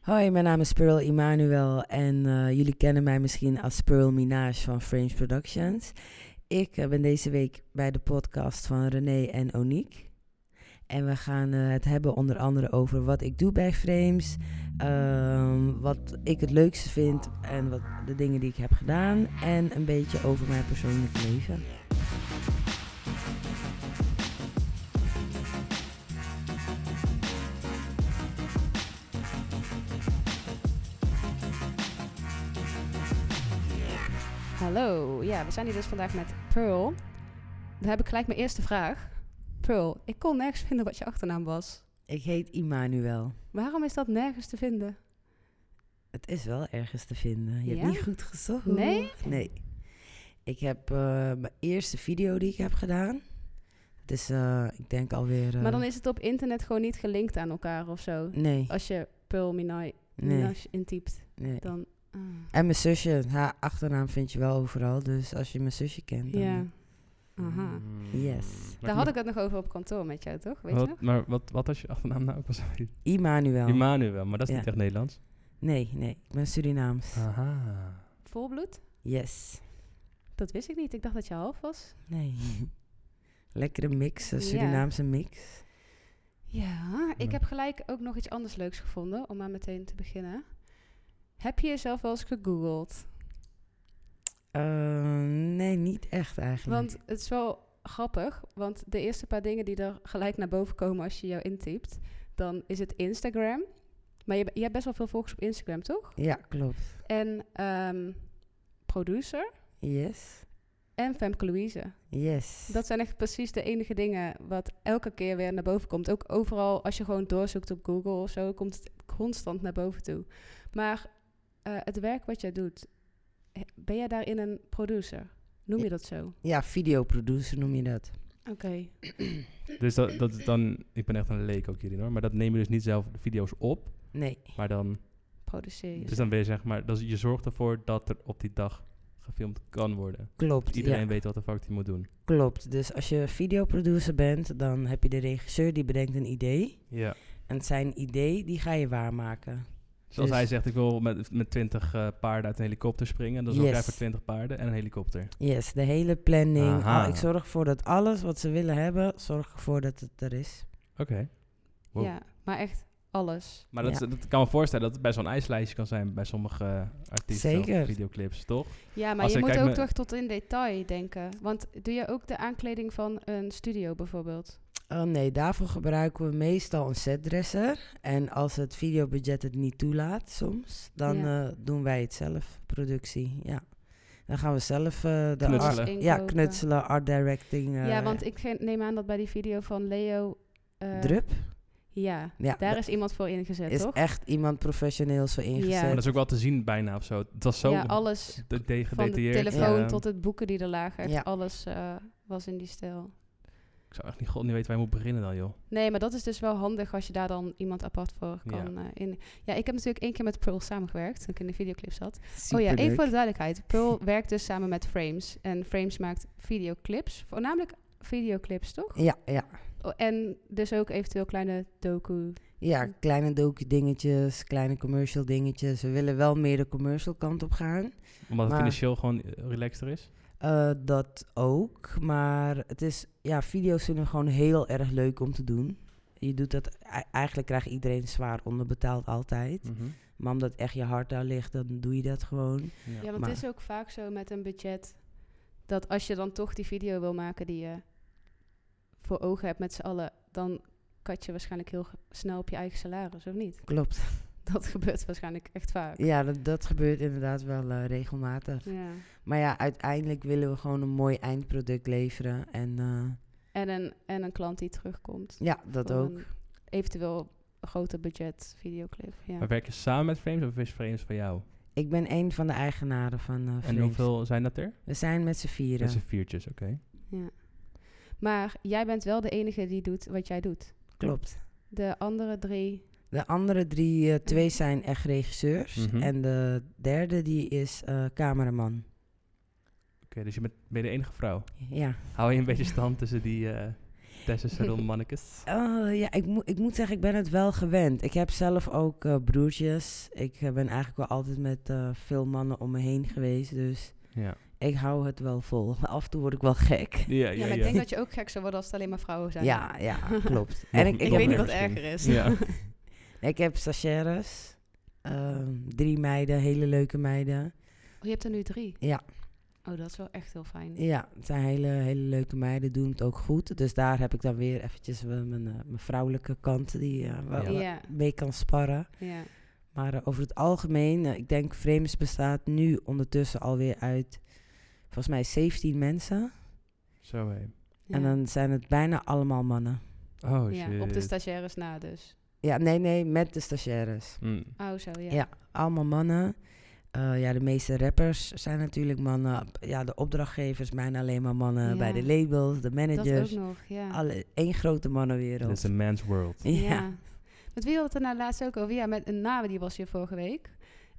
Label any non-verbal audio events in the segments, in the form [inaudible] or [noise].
Hoi, mijn naam is Pearl Immanuel en eh, jullie kennen mij misschien als Pearl Minage van Frames Productions. Ik eh, ben deze week bij de podcast van René en Oniek. En we gaan eh, het hebben onder andere over wat ik doe bij Frames, ehm, wat ik het leukste vind en wat de dingen die ik heb gedaan en een beetje over mijn persoonlijk leven. Hallo, ja, we zijn hier dus vandaag met Pearl. Dan heb ik gelijk mijn eerste vraag. Pearl, ik kon nergens vinden wat je achternaam was. Ik heet Immanuel. Waarom is dat nergens te vinden? Het is wel ergens te vinden. Je Ja? hebt niet goed gezocht. Nee? Nee. Ik heb eh, mijn eerste video die ik heb gedaan. Het is, eh, ik denk alweer... eh, Maar dan is Oh, het op internet gewoon niet gelinkt aan elkaar of zo. Nee, Als je Pearl Minaj nee, Minaj intypt, nee. dan... ah, En mijn zusje, haar achternaam vind je wel overal. Dus als je mijn zusje kent, dan... Mm. ja, aha. Hmm. Yes. Daar had ik het nog over op kantoor met jou, toch? Weet je nog? Wat, maar wat, wat was je achternaam nou? ook alweer? Immanuel. Immanuel, maar dat Oh. is Ja. niet echt Nederlands. nee, nee, ik ben Surinaams. Ah. Aha. Volbloed? Yes. Dat wist ik niet. Ik dacht dat je half was. Nee. [laughs] Lekkere mix, een Ja. Surinaamse mix. Ja, ik Ja. heb gelijk ook nog iets anders leuks gevonden, om maar meteen te beginnen. Heb je jezelf wel eens gegoogeld? Eh, nee, niet echt eigenlijk. Want het is wel grappig, want de eerste paar dingen die er gelijk naar boven komen als je jou intypt, dan is het Instagram. Maar je, je hebt best wel veel volgers op Instagram, toch? Ja, klopt. En ehm, producer Yes. en Femke Louise. Yes. Dat zijn echt precies de enige dingen wat elke keer weer naar boven komt. Ook overal, als je gewoon doorzoekt op Google of zo, komt het constant naar boven toe. Maar eh, het werk wat jij doet, he- ben jij daarin een producer? Noem je dat zo? Ja, videoproducer noem je dat. Oké. Dus dat, dat is dan, ik ben echt een leek ook hierin hoor, maar dat neem je dus niet zelf de video's op, Nee, maar dan, Produceer je. dus dan ben je zeg maar, dat is- je zorgt ervoor dat er op die dag gefilmd kan worden. klopt. Dus iedereen ja, weet wat de fuck die moet doen. klopt. Dus als je videoproducer bent, dan heb je de regisseur die bedenkt een idee. Ja. En zijn idee, die ga je waarmaken. Dus als Dus- hij zegt, ik wil met, met 20 eh, paarden uit een helikopter springen, dan zorg Yes. jij voor 20 paarden en een helikopter. Yes, de hele planning. Aha. Al- ik zorg ervoor dat alles wat ze willen hebben, zorg ervoor dat het er is. Oké. Wow. Ja, maar echt alles. Maar dat, is- Ja. dat kan me voorstellen dat het best wel een ijslijstje kan zijn bij sommige eh, artiesten Zeker. of videoclips, toch? Ja, maar Als je ik moet kijk ook me- toch tot in detail denken. Want doe je ook de aankleding van een studio bijvoorbeeld? Oh nee, daarvoor gebruiken we meestal een setdresser. En als het videobudget het niet toelaat soms, dan Ja. eh, doen wij het zelf, productie. Ja. Dan gaan we zelf eh, de Knutselen. art- Alles ja, inkopen. knutselen, art directing. eh, ja, want ik ge- neem aan dat bij die video van Leo... eh, Drup? Ja, Ja, daar dat is iemand voor ingezet, is toch? echt iemand professioneels voor Ja. Maar dat ingezet. is ook wel te zien bijna of zo. Het was zo Ja, alles. de- de- Van de gedetailleerd. telefoon eh, tot het boeken die er lagen. echt Ja. Alles eh, was in die stijl. Ik zou echt niet, god, niet weten waar je moet beginnen dan, joh. Nee, maar dat is dus wel handig als je daar dan iemand apart voor Ja. kan eh, in. Ja, ik heb natuurlijk één keer met Pearl samengewerkt toen ik in de videoclip zat. Oh ja, even voor de duidelijkheid. Pearl [laughs] werkt dus samen met Frames. En Frames maakt videoclips. Voornamelijk videoclips, toch? Ja, ja. Oh, En dus ook eventueel kleine docu. Hm. ja, kleine docu dingetjes, kleine commercial dingetjes. We willen wel meer de commercial kant op gaan. Omdat het Maar- financieel gewoon eh, relaxter is. Eh, dat ook, maar het is, ja, video's zijn gewoon heel erg leuk om te doen. Je doet dat, e- eigenlijk krijgt iedereen zwaar onderbetaald altijd. Hm. Mhm. Maar omdat echt je hart daar ligt, dan doe je dat gewoon. Ja, want maar- het is ook vaak zo met een budget... dat als je dan toch die video wil maken die je voor ogen hebt met z'n allen... dan kat je waarschijnlijk heel ge- snel op je eigen salaris, of niet? [laughs] Klopt. Dat gebeurt waarschijnlijk echt vaak. [laughs] Ja, dat, dat gebeurt inderdaad wel eh, regelmatig. Ja. Maar ja, uiteindelijk willen we gewoon een mooi eindproduct leveren. En eh, En, een, en een klant die terugkomt. ja, dat voor ook. een Eventueel een groter budget videoclip, ja. Maar werk je samen met Frames of is Frames van jou? Ik ben een van de eigenaren van eh En Frames. hoeveel zijn dat er? We zijn met z'n vieren. Dat zijn viertjes, oké. Ja. Maar jij bent wel de enige die doet wat jij doet. Klopt. De andere drie. De andere drie, eh, twee zijn echt regisseurs. Mhm. En de derde, die is eh, cameraman. Oké, dus je bent, ben je de enige vrouw. Ja. [laughs] Hou je een beetje stand tussen die... eh, [laughs] testosteron mannekes. Oh, ja, ik, moet ik moet zeggen, ik ben het wel gewend. Ik heb zelf ook eh, broertjes. Ik eh, ben eigenlijk wel altijd met eh, veel mannen om me heen geweest. Dus Ja. ik hou het wel vol. [laughs] Af en toe word ik wel gek. Ja, Ja, ja, maar ik ja. denk dat je ook gek zou worden als het alleen maar vrouwen zijn. Ja, ja, [laughs] klopt. Nog- en ik, nog ik, Ik heb, weet niet wat meer misschien. erger is. Ja. [laughs] ik heb stagiaires. ehm, drie meiden, hele leuke meiden. Oh, je hebt er nu drie? Ja. Oh, dat is wel echt heel fijn. Ja, het zijn hele, hele leuke meiden, doen het ook goed. Dus daar heb ik dan weer eventjes eh, mijn, eh, mijn vrouwelijke kant die eh, wel Ja. eh, Ja, mee kan sparren. ja. Maar eh, over het algemeen, eh, ik denk Frames bestaat nu ondertussen alweer uit volgens mij 17 mensen. Zo hé. En dan zijn het bijna allemaal mannen. Oh shit. ja, op de stagiaires na dus. Ja, nee, nee, met de stagiaires. Mm. Oh, zo, ja. Ja, allemaal mannen. Eh, ja, de meeste rappers zijn natuurlijk mannen. Ja, de opdrachtgevers zijn alleen maar mannen. Ja. Bij de labels, de dat ook managers. nog, ja. dus Alle, één grote mannenwereld. It's a man's world. ja. Met wie had het er nou laatst ook over? Ja, met een nawe, die was hier vorige week.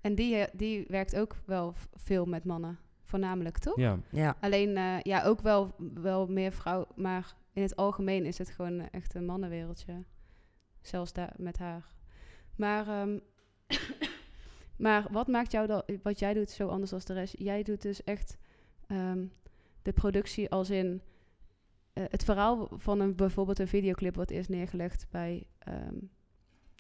En die, eh, die werkt ook wel v- veel met mannen, voornamelijk, toch? Ja. ja. Alleen, eh, ja, ook wel, wel meer vrouw, maar in het algemeen is het gewoon eh, echt een mannenwereldje. Zelfs daar met haar. Maar, ehm, [coughs] maar wat maakt jou dan, wat jij doet zo anders dan de rest? Jij doet dus echt ehm, de productie als in eh, het verhaal van een, bijvoorbeeld een videoclip wat is neergelegd bij ehm,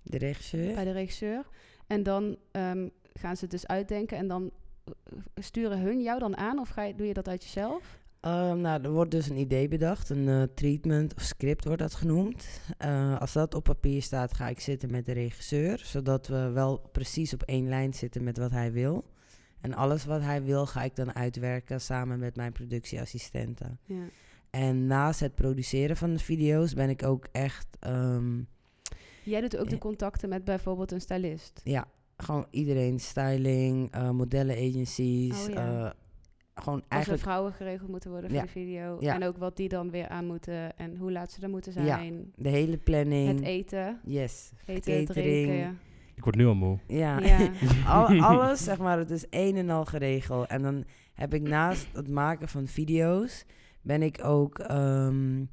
De regisseur. bij de regisseur. En dan ehm, gaan ze het dus uitdenken en dan eh, sturen hun jou dan aan of ga je, doe je dat uit jezelf? Ehm, nou, er wordt dus een idee bedacht, een eh, treatment of script wordt dat genoemd. Eh, als dat op papier staat, ga ik zitten met de regisseur, zodat we wel precies op één lijn zitten met wat hij wil. En alles wat hij wil, ga ik dan uitwerken samen met mijn productieassistenten. Ja. En naast het produceren van de video's ben ik ook echt ehm, Jij doet ook de Ja. contacten met bijvoorbeeld een stylist. gewoon iedereen, styling, eh modellenagencies, Oh, ja. eh, gewoon Als er eigenlijk vrouwen geregeld moeten worden voor Ja. de video. Ja. En ook wat die dan weer aan moeten en hoe laat ze er moeten Ja. zijn. de hele planning. Het eten, yes. eten, Catering. drinken. Ik word nu al moe. Ja. Ja. [laughs] [laughs] Al- alles, zeg maar, het is een en al geregeld. En dan heb ik naast het maken van video's, ben ik ook ehm,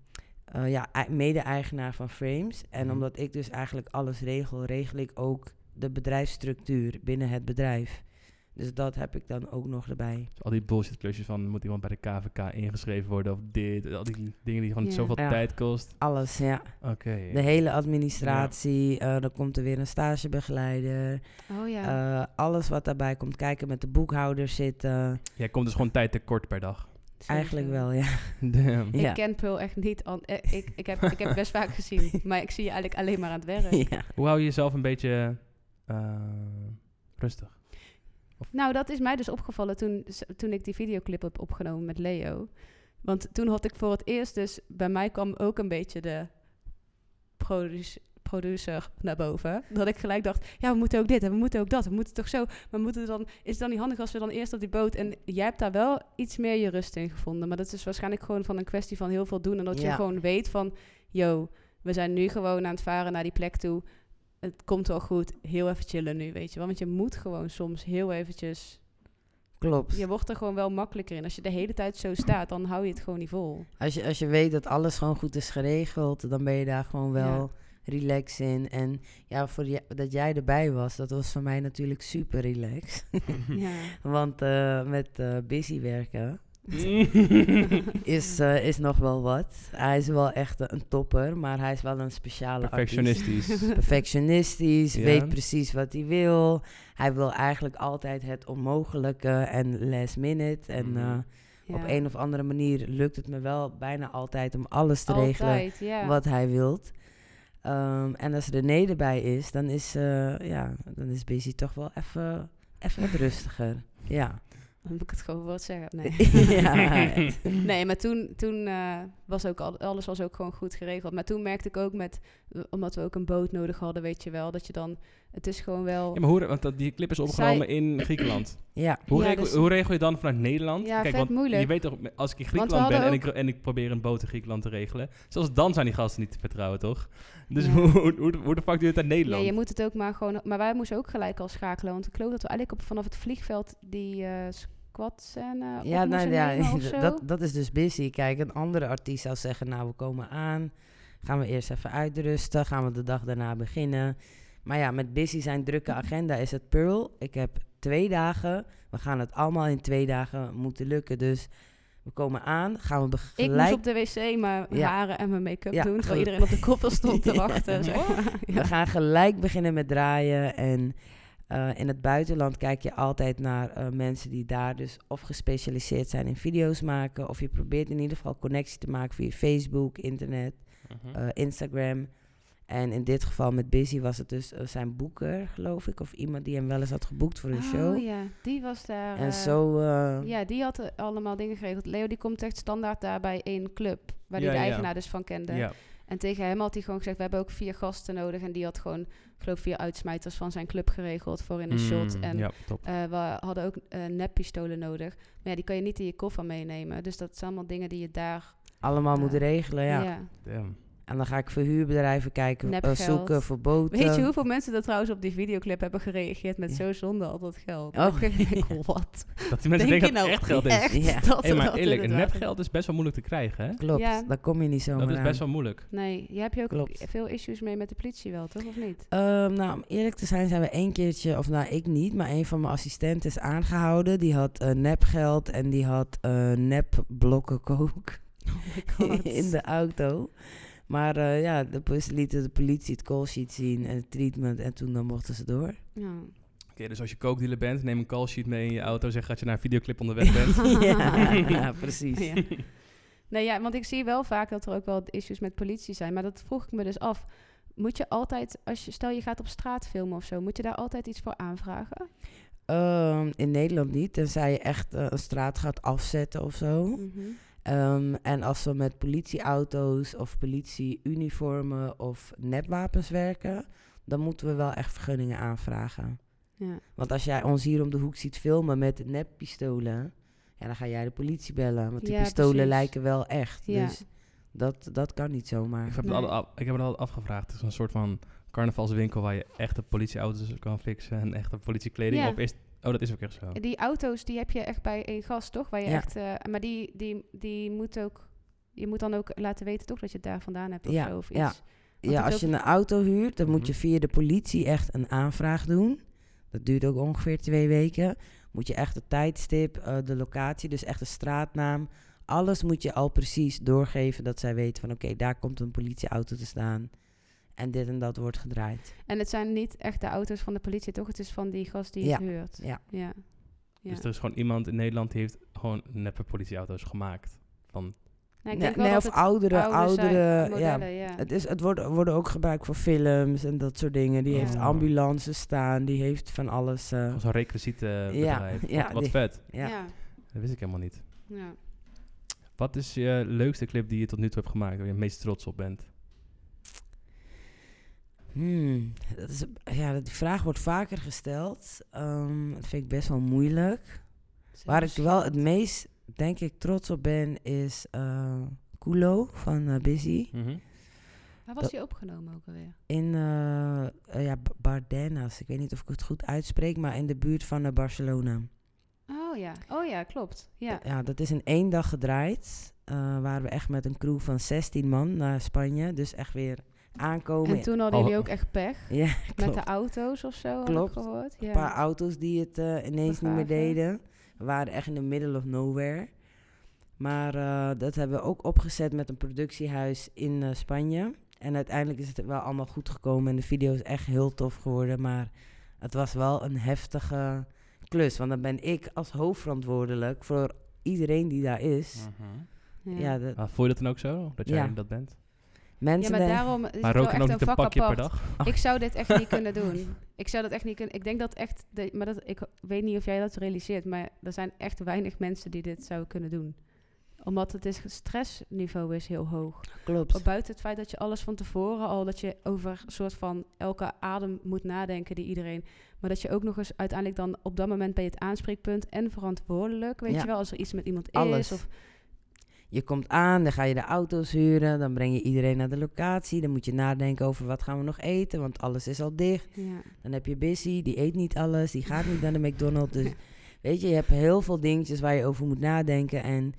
eh, ja, ei- mede-eigenaar van Frames. En Mhm. omdat ik dus eigenlijk alles regel, regel ik ook de bedrijfsstructuur binnen het bedrijf. Dus dat heb ik dan ook nog erbij. Dus al die bullshit klusjes van moet iemand bij de KVK ingeschreven worden of dit. Al die dingen die gewoon Ja. zoveel Ja. tijd kost. Alles, ja. Oké. De hele administratie, eh, dan komt er weer een stagebegeleider. Oh ja. eh, alles wat daarbij komt kijken, met de boekhouder zitten. Jij komt dus gewoon tijd tekort per dag. sowieso. Eigenlijk wel, ja. [laughs] Damn. Ik Ja. ken Pearl echt niet. an- eh, Ik, ik, heb, ik heb het best vaak [laughs] gezien, maar ik zie je eigenlijk alleen maar aan het werk. ja. Hoe hou je jezelf een beetje eh, rustig? Nou, dat is mij dus opgevallen toen, toen ik die videoclip heb opgenomen met Leo. Want toen had ik voor het eerst dus... Bij mij kwam ook een beetje de produce- producer naar boven. Dat ik gelijk dacht, ja, we moeten ook dit en we moeten ook dat. We moeten toch zo, maar moeten we dan... Is het dan niet handig als we dan eerst op die boot... En jij hebt daar wel iets meer je rust in gevonden. Maar dat is waarschijnlijk gewoon van een kwestie van heel veel doen. En dat je Ja. gewoon weet van... Yo, we zijn nu gewoon aan het varen naar die plek toe het komt wel goed. Heel even chillen nu, weet je wel. Want je moet gewoon soms heel eventjes... Klopt. Je wordt er gewoon wel makkelijker in. Als je de hele tijd zo staat, dan hou je het gewoon niet vol. Als je, als je weet dat alles gewoon goed is geregeld, dan ben je daar gewoon wel relaxed in. En ja, voor je- dat jij erbij was, dat was voor mij natuurlijk super relaxed. [laughs] Ja. Want eh, met eh, busy werken is, eh, is nog wel wat. Hij is wel echt eh, een topper, maar hij is wel een speciale artiest. [laughs] Perfectionistisch. Perfectionistisch, Ja. weet precies wat hij wil. Hij wil eigenlijk altijd het onmogelijke en last minute. En Mhm. eh, Ja. op een of andere manier lukt het me wel bijna altijd om alles te regelen Altijd, ja. wat hij wilt. Ehm, en als René erbij is, dan is, eh, ja, dan is Busy toch wel even even [laughs] wat rustiger. Ja. Dan moet ik het gewoon wat zeggen. Nee. [laughs] ja. [laughs] Nee, maar toen, toen eh, was ook al, alles was ook gewoon goed geregeld. Maar toen merkte ik ook met, omdat we ook een boot nodig hadden, weet je wel, dat je dan, het is gewoon wel. Ja, maar hoe, re- want dat- die clip is opgenomen in Griekenland. ja. Hoe, Ja, regel, dus- hoe regel je dan vanuit Nederland? Ja, vet want moeilijk. je weet toch, als ik in we Griekenland ben hadden en ik, en ik probeer een boot in Griekenland te regelen, zelfs dan zijn die gasten niet te vertrouwen, toch? Dus Ja. [laughs] hoe, hoe, hoe, de- hoe de fuck doe je het uit Ja, Nederland? je moet het ook maar gewoon. Maar wij moesten ook gelijk al schakelen. Want ik geloof dat we eigenlijk op, vanaf het vliegveld die eh, s- kwadscène op Ja, moest nou nemen [laughs] ja, of zo. dat, dat is dus busy. Kijk, een andere artiest zou zeggen, nou, we komen aan. Gaan we eerst even uitrusten. Gaan we de dag daarna beginnen. Maar ja, met busy zijn drukke Mhm. agenda is het Pearl. Ik heb twee dagen. We gaan het allemaal in twee dagen moeten lukken. Dus we komen aan. Gaan we ik begelijk... moest op de wc mijn Ja. haren en mijn make-up Ja, [laughs] doen, terwijl geluk- iedereen op de koppel stond te Ja. Oh. wachten. zeg maar. Ja. We gaan gelijk beginnen met draaien. En eh, in het buitenland kijk je altijd naar eh, mensen die daar dus of gespecialiseerd zijn in video's maken. Of je probeert in ieder geval connectie te maken via Facebook, internet, Mhm. Hm. eh, Instagram. En in dit geval met Busy was het dus eh, zijn boeker, geloof ik. Of iemand die hem wel eens had geboekt voor een show. Oh ja, die was daar. eh, En zo. eh, Ja, die had eh, allemaal dingen geregeld. Leo die komt echt standaard daar bij één club, waar die Ja, de ja. eigenaar dus van kende. Ja, En tegen hem had hij gewoon gezegd, we hebben ook vier gasten nodig. En die had gewoon, geloof vier uitsmijters van zijn club geregeld voor in een shot. Mm, En ja, top. eh, we hadden ook eh neppistolen nodig. Maar ja, die kan je niet in je koffer meenemen. Dus dat zijn allemaal dingen die je daar... allemaal Ja. moet regelen, ja. ja. Damn. En dan ga ik verhuurbedrijven kijken, eh, Nepgeld. zoeken voor boten. Weet je hoeveel mensen er trouwens op die videoclip hebben gereageerd met eh, Ja. zo zonde al dat geld? Oh. [laughs] Ik denk, [laughs] wat? [laughs] Dat die mensen Denk je denken nou dat het echt geld is. echt Ja. dat Hey, er maar dat Oh, in eerlijk, het een water- nepgeld is best wel moeilijk te krijgen, hè? Klopt, Ja. daar kom je niet zomaar Dat is nou. aan. best wel moeilijk. Nee, jij hebt je ook Klopt. veel issues mee met de politie wel, toch? Of [laughs] niet? Ehm, nou, om eerlijk te zijn, zijn we één keertje, of nou ik niet, maar een van mijn assistenten is aangehouden. Die had eh, nepgeld en die had eh nep blokken kook Oh my [laughs] god. [laughs] in de auto. Maar eh, ja, de politie lieten de politie het call sheet zien en het treatment en toen dan mochten ze [laughs] door. Ja. Oké, dus als je kookdealer bent, neem een call sheet mee in je auto. Zeg dat je naar een videoclip [laughs] onderweg bent. ja, ja, precies. Oh, Ja. Nee, ja, want ik zie wel vaak dat er ook wel issues met politie zijn. Maar dat vroeg ik me dus af. Moet je altijd, als je, stel je gaat op straat filmen of zo, moet je daar altijd iets voor aanvragen? Ehm, in Nederland niet, tenzij je echt eh, een straat gaat afzetten of zo. Mhm. Ehm, en als we met politieauto's of politieuniformen of nepwapens werken, dan moeten we wel echt vergunningen aanvragen. Ja. Want als jij ons hier om de hoek ziet filmen met neppistolen, ja, dan ga jij de politie bellen. Want die Ja, pistolen precies. lijken wel echt. Ja. Dus dat, dat kan niet zomaar. Ik heb, Nee. het altijd af, ik heb het altijd afgevraagd. Het is een soort van carnavalswinkel waar je echte politieauto's kan fixen en echte politiekleding. Ja. Of is, oh, dat is ook echt zo. Die auto's, die heb je echt bij één gast, toch? Waar je Ja. echt, eh, maar die, die, die moet ook, je moet dan ook laten weten, toch, dat je het daar vandaan hebt of Ja, zo, of iets. ja. Want Ja, het als ook- je een auto huurt, dan moet je Mhm. via de politie echt een aanvraag doen. Dat duurt ook ongeveer twee weken. Moet je echt het tijdstip, eh, de locatie, dus echt de straatnaam. Alles moet je al precies doorgeven dat zij weten van oké, daar komt een politieauto te staan. En dit en dat wordt gedraaid. En het zijn niet echt de auto's van de politie, toch? Het is van die gast die het huurt. ja. ja. Ja. Dus er is gewoon iemand in Nederland die heeft gewoon neppe politieauto's gemaakt. Van, Nou, ik Nee, denk wel nee, dat of het oudere, oude zijn, oudere. Ja. modellen, ja. Het, is, het wordt, worden ook gebruikt voor films en dat soort dingen. Die heeft Oh. ambulances staan, die heeft van alles. eh, van zo'n [laughs] requisietenbedrijf. Ja, ja, eh, wat wat die- vet. ja. ja. Dat wist ik helemaal niet. ja. Wat is je leukste clip die je tot nu toe hebt gemaakt, waar je het meest trots op bent? Hmm, dat is, ja, dat- die vraag wordt vaker gesteld. Ehm, dat vind ik best wel moeilijk. Waar ik wel het meest, denk ik, trots op ben, is eh Kulo van eh, Busy. Mhm. Waar was Dat- die opgenomen ook alweer? In eh, eh, ja, B- Bardenas, ik weet niet of ik het goed uitspreek, maar in de buurt van eh, Barcelona. Oh ja, oh ja, klopt. Ja. ja, dat is in één dag gedraaid. Eh waren we echt met een crew van 16 man naar Spanje. Dus echt weer aankomen. En toen hadden jullie Oh. ook echt pech [laughs] ja, met klopt. de auto's of zo, had Klopt. ik gehoord. Een Ja. paar auto's die het eh, ineens niet meer Begraven. deden. We waren echt in the middle of nowhere. Maar eh, dat hebben we ook opgezet met een productiehuis in eh, Spanje. En uiteindelijk is het wel allemaal goed gekomen. En de video is echt heel tof geworden. Maar het was wel een heftige klus. Want dan ben ik als hoofdverantwoordelijk voor iedereen die daar is. Ja, de- Ah, voel je dat dan ook zo, dat jij Ja. dat bent? Ja, mensen maar denken- daarom is Maar het rook wel je echt ook een niet een vak pakje per apart. dag? Ik zou dit echt [laughs] niet kunnen doen. Ik zou dat echt niet kunnen. Ik denk dat echt, de- maar dat, ik weet niet of jij dat realiseert, maar er zijn echt weinig mensen die dit zouden kunnen doen omdat het is, stressniveau is heel hoog. klopt. Buiten het feit dat je alles van tevoren al, dat je over een soort van elke adem moet nadenken die iedereen. Maar dat je ook nog eens uiteindelijk dan op dat moment ben je het aanspreekpunt en verantwoordelijk. Weet Ja. je wel, als er iets met iemand Alles. is. Of, Je komt aan, dan ga je de auto's huren, dan breng je iedereen naar de locatie. Dan moet je nadenken over wat gaan we nog eten, want alles is al dicht. ja. [laughs] Dan heb je Busy, die eet niet alles, die gaat niet naar de McDonald's. Dus Weet je, je hebt heel veel dingetjes waar je over moet nadenken. En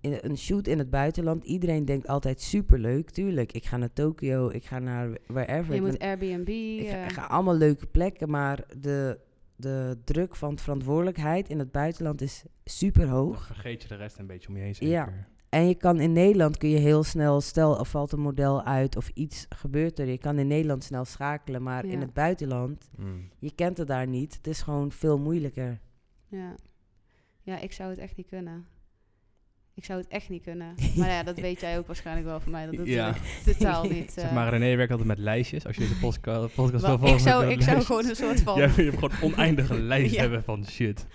in een shoot in het buitenland, iedereen denkt altijd superleuk. Tuurlijk, ik ga naar Tokio, ik ga naar wherever. je ik ben- moet Airbnb. ik ga, eh, ik ga allemaal leuke plekken, maar de, de druk van verantwoordelijkheid in het buitenland is super Dan hoog. vergeet je de rest een beetje om je heen. Ja. zeker. En je kan in Nederland kun je heel snel, stel er valt een model uit of iets gebeurt er. Je kan in Nederland snel schakelen, maar Ja. in het buitenland, Mm. je kent het daar niet. Het is gewoon veel moeilijker. ja. ja, ik zou het echt niet kunnen. Ik zou het echt niet kunnen. Maar ja, dat weet jij ook waarschijnlijk wel van mij. Dat, dat Ja. wil ik totaal niet. Zeg eh. maar, René werkt altijd met lijstjes. Als je deze [laughs] postka- podcast Wel, wil volgen... ik zou, met ik zou lijstjes. [laughs] gewoon een soort van... Jij wil- je hebt gewoon oneindige [laughs] lijst Ja. hebben [laughs] van shit.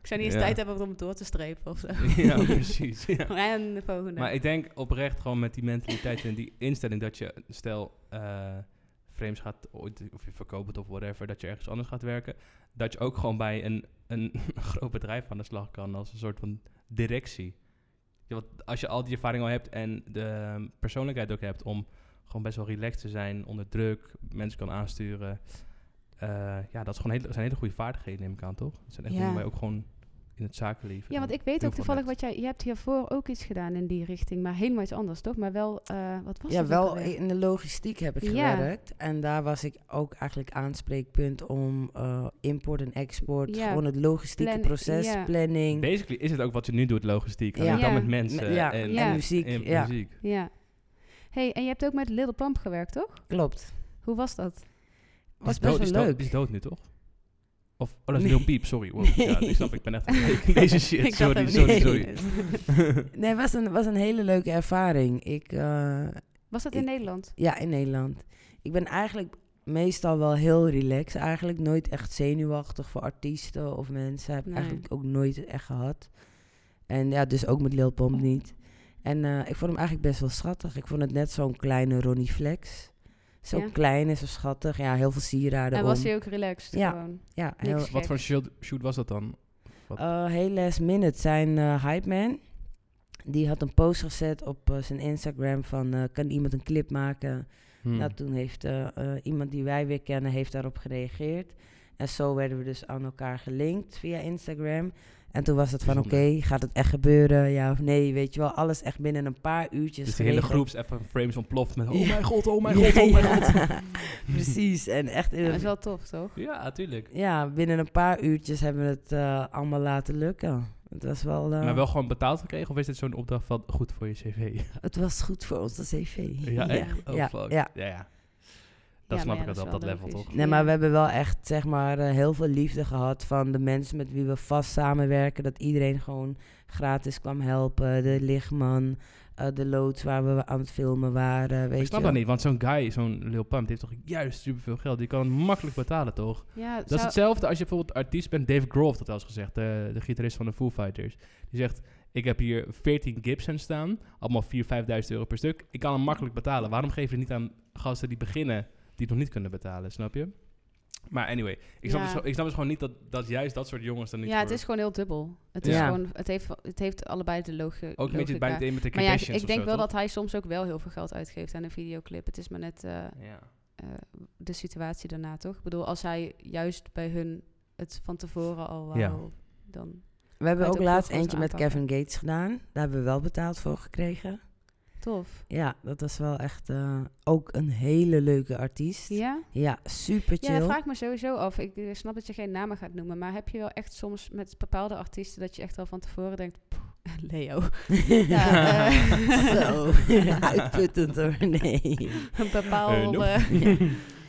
Ik zou niet eens Ja. tijd hebben om het door te strepen of zo. ja, precies. [laughs] ja. [laughs] En de volgende. Maar ik denk oprecht gewoon met die mentaliteit en die instelling dat je, stel, eh, frames gaat ooit, of je verkoopt het of whatever, dat je ergens anders gaat werken, dat je ook gewoon bij een, een [laughs] groot bedrijf aan de slag kan als een soort van directie. Ja, want als je al die ervaring al hebt en de ehm, persoonlijkheid ook hebt om gewoon best wel relaxed te zijn, onder druk, mensen kan aansturen. eh, ja, dat is gewoon hele, zijn hele goede vaardigheden, neem ik aan, toch? Dat zijn echt Ja. dingen waar je ook gewoon in het zakenleven... ja, want dan ik weet heel ook veel toevallig hebt. wat jij... Je hebt hiervoor ook iets gedaan in die richting, maar helemaal iets anders, toch? Maar wel, eh, wat was Ja, dat ook wel alweer? in de logistiek heb ik Ja. gewerkt. En daar was ik ook eigenlijk aanspreekpunt om eh, import en export. Ja. Gewoon het logistieke Plan- proces, ja. planning. Basically is het ook wat je nu doet, logistiek. Alleen Ja. dan Ja. met mensen Ja, en, en muziek, en ja. muziek. Ja. hey, en je hebt ook met Little Pump gewerkt, toch? Klopt. Hoe was [laughs] dat? Was Die is best dood- die is wel dood- leuk. Die is dood nu, toch? Of, oh, dat is Nee. Lil Peep, sorry. [laughs] Wow, Ja, Nee. ik snap, ik ben echt [laughs] in deze shit. Ik dacht sorry, even- sorry, niet. [laughs] sorry. Nee, het was een, was een hele leuke ervaring. Ik, eh, Was dat in Ik- Nederland? ja, in Nederland. Ik ben eigenlijk meestal wel heel relaxed. Eigenlijk nooit echt zenuwachtig voor artiesten of mensen. Heb ik Nee. eigenlijk ook nooit echt gehad. En ja, dus ook met Lil Pump niet. En eh, ik vond hem eigenlijk best wel schattig. Ik vond het net zo'n kleine Ronnie Flex. Zo Ja. klein en zo schattig. Ja, heel veel sieraden En om. was hij ook relaxed? Ja. Gewoon? Ja, niks heel, Wat voor shoot, shoot was dat dan? eh heel last minute, zijn eh, hype man. Die had een post gezet op eh, zijn Instagram van... eh, kan iemand een clip maken? Hmm. Nou, toen heeft eh, eh, iemand die wij weer kennen, heeft daarop gereageerd. En zo werden we dus aan elkaar gelinkt via Instagram. En toen was het van, oké, Bijzonder. gaat het echt gebeuren? Ja of nee? Weet je wel, alles echt binnen een paar uurtjes dus de hele geregeld. groep is even frames ontploft met... Oh Ja. mijn god, oh [laughs] mijn Ja, god, oh mijn ja. god. Precies, en echt in Ja, dat is een- wel tof, toch? Ja, tuurlijk. ja, binnen een paar uurtjes hebben we het eh, allemaal laten lukken. Het was wel... eh, Maar wel gewoon betaald gekregen? Of is dit zo'n opdracht van goed voor je cv? [laughs] Het was goed voor onze cv. Ja, echt? Oh, ja, fuck. ja. ja, ja. Dat Ja, snap maar ik ja, wel, op is dat wel level, logisch. toch? Nee, maar Ja. we hebben wel echt zeg maar, eh, heel veel liefde gehad van de mensen met wie we vast samenwerken. Dat iedereen gewoon gratis kwam helpen. De lichtman, eh, de loods waar we aan het filmen waren. Weet ik snap je. dat niet, want zo'n guy, zo'n Lil Pump, die heeft toch juist superveel geld. Die kan het makkelijk betalen, toch? Ja, Dat is hetzelfde als je bijvoorbeeld artiest bent. Dave Grohl heeft dat wel eens gezegd, eh, de, de gitarist van de Foo Fighters. Die zegt, ik heb hier 14 Gibson staan, allemaal 4.000, 5.000 euro per stuk. Ik kan hem makkelijk betalen. Waarom geef je het niet aan gasten die beginnen, die het nog niet kunnen betalen, snap je? Maar anyway, ik snap, Ja. dus, ik snap dus gewoon niet dat, dat juist dat soort jongens dan niet ja, het voor- is gewoon heel dubbel. Het, is Ja. gewoon, het, heeft, het heeft allebei de logi Ook een beetje logica. bij het een met de Maar ja, ik, Kardashians ik denk of wel zo, dat hij soms ook wel heel veel geld uitgeeft aan een videoclip. Het is maar net eh, toch? Ja. eh, de situatie daarna, toch? Ik bedoel, als hij juist bij hun het van tevoren al wou, Ja. dan We hebben Kan ook je het ook laatst veel eentje met groter aanpakken. Kevin Gates gedaan. Daar hebben we wel betaald voor gekregen. tof. Ja, dat was wel echt eh, ook een hele leuke artiest. Ja, Ja? super Ja, chill. dat vraag [laughs] ik me sowieso af. Ik eh, snap dat je geen namen gaat noemen, maar heb je wel echt soms met bepaalde artiesten dat je echt al van tevoren denkt, "Poeh, [laughs] Leo, Ja, eh. [laughs] Zo, uitputtend hoor, nee. een bepaalde... Eh,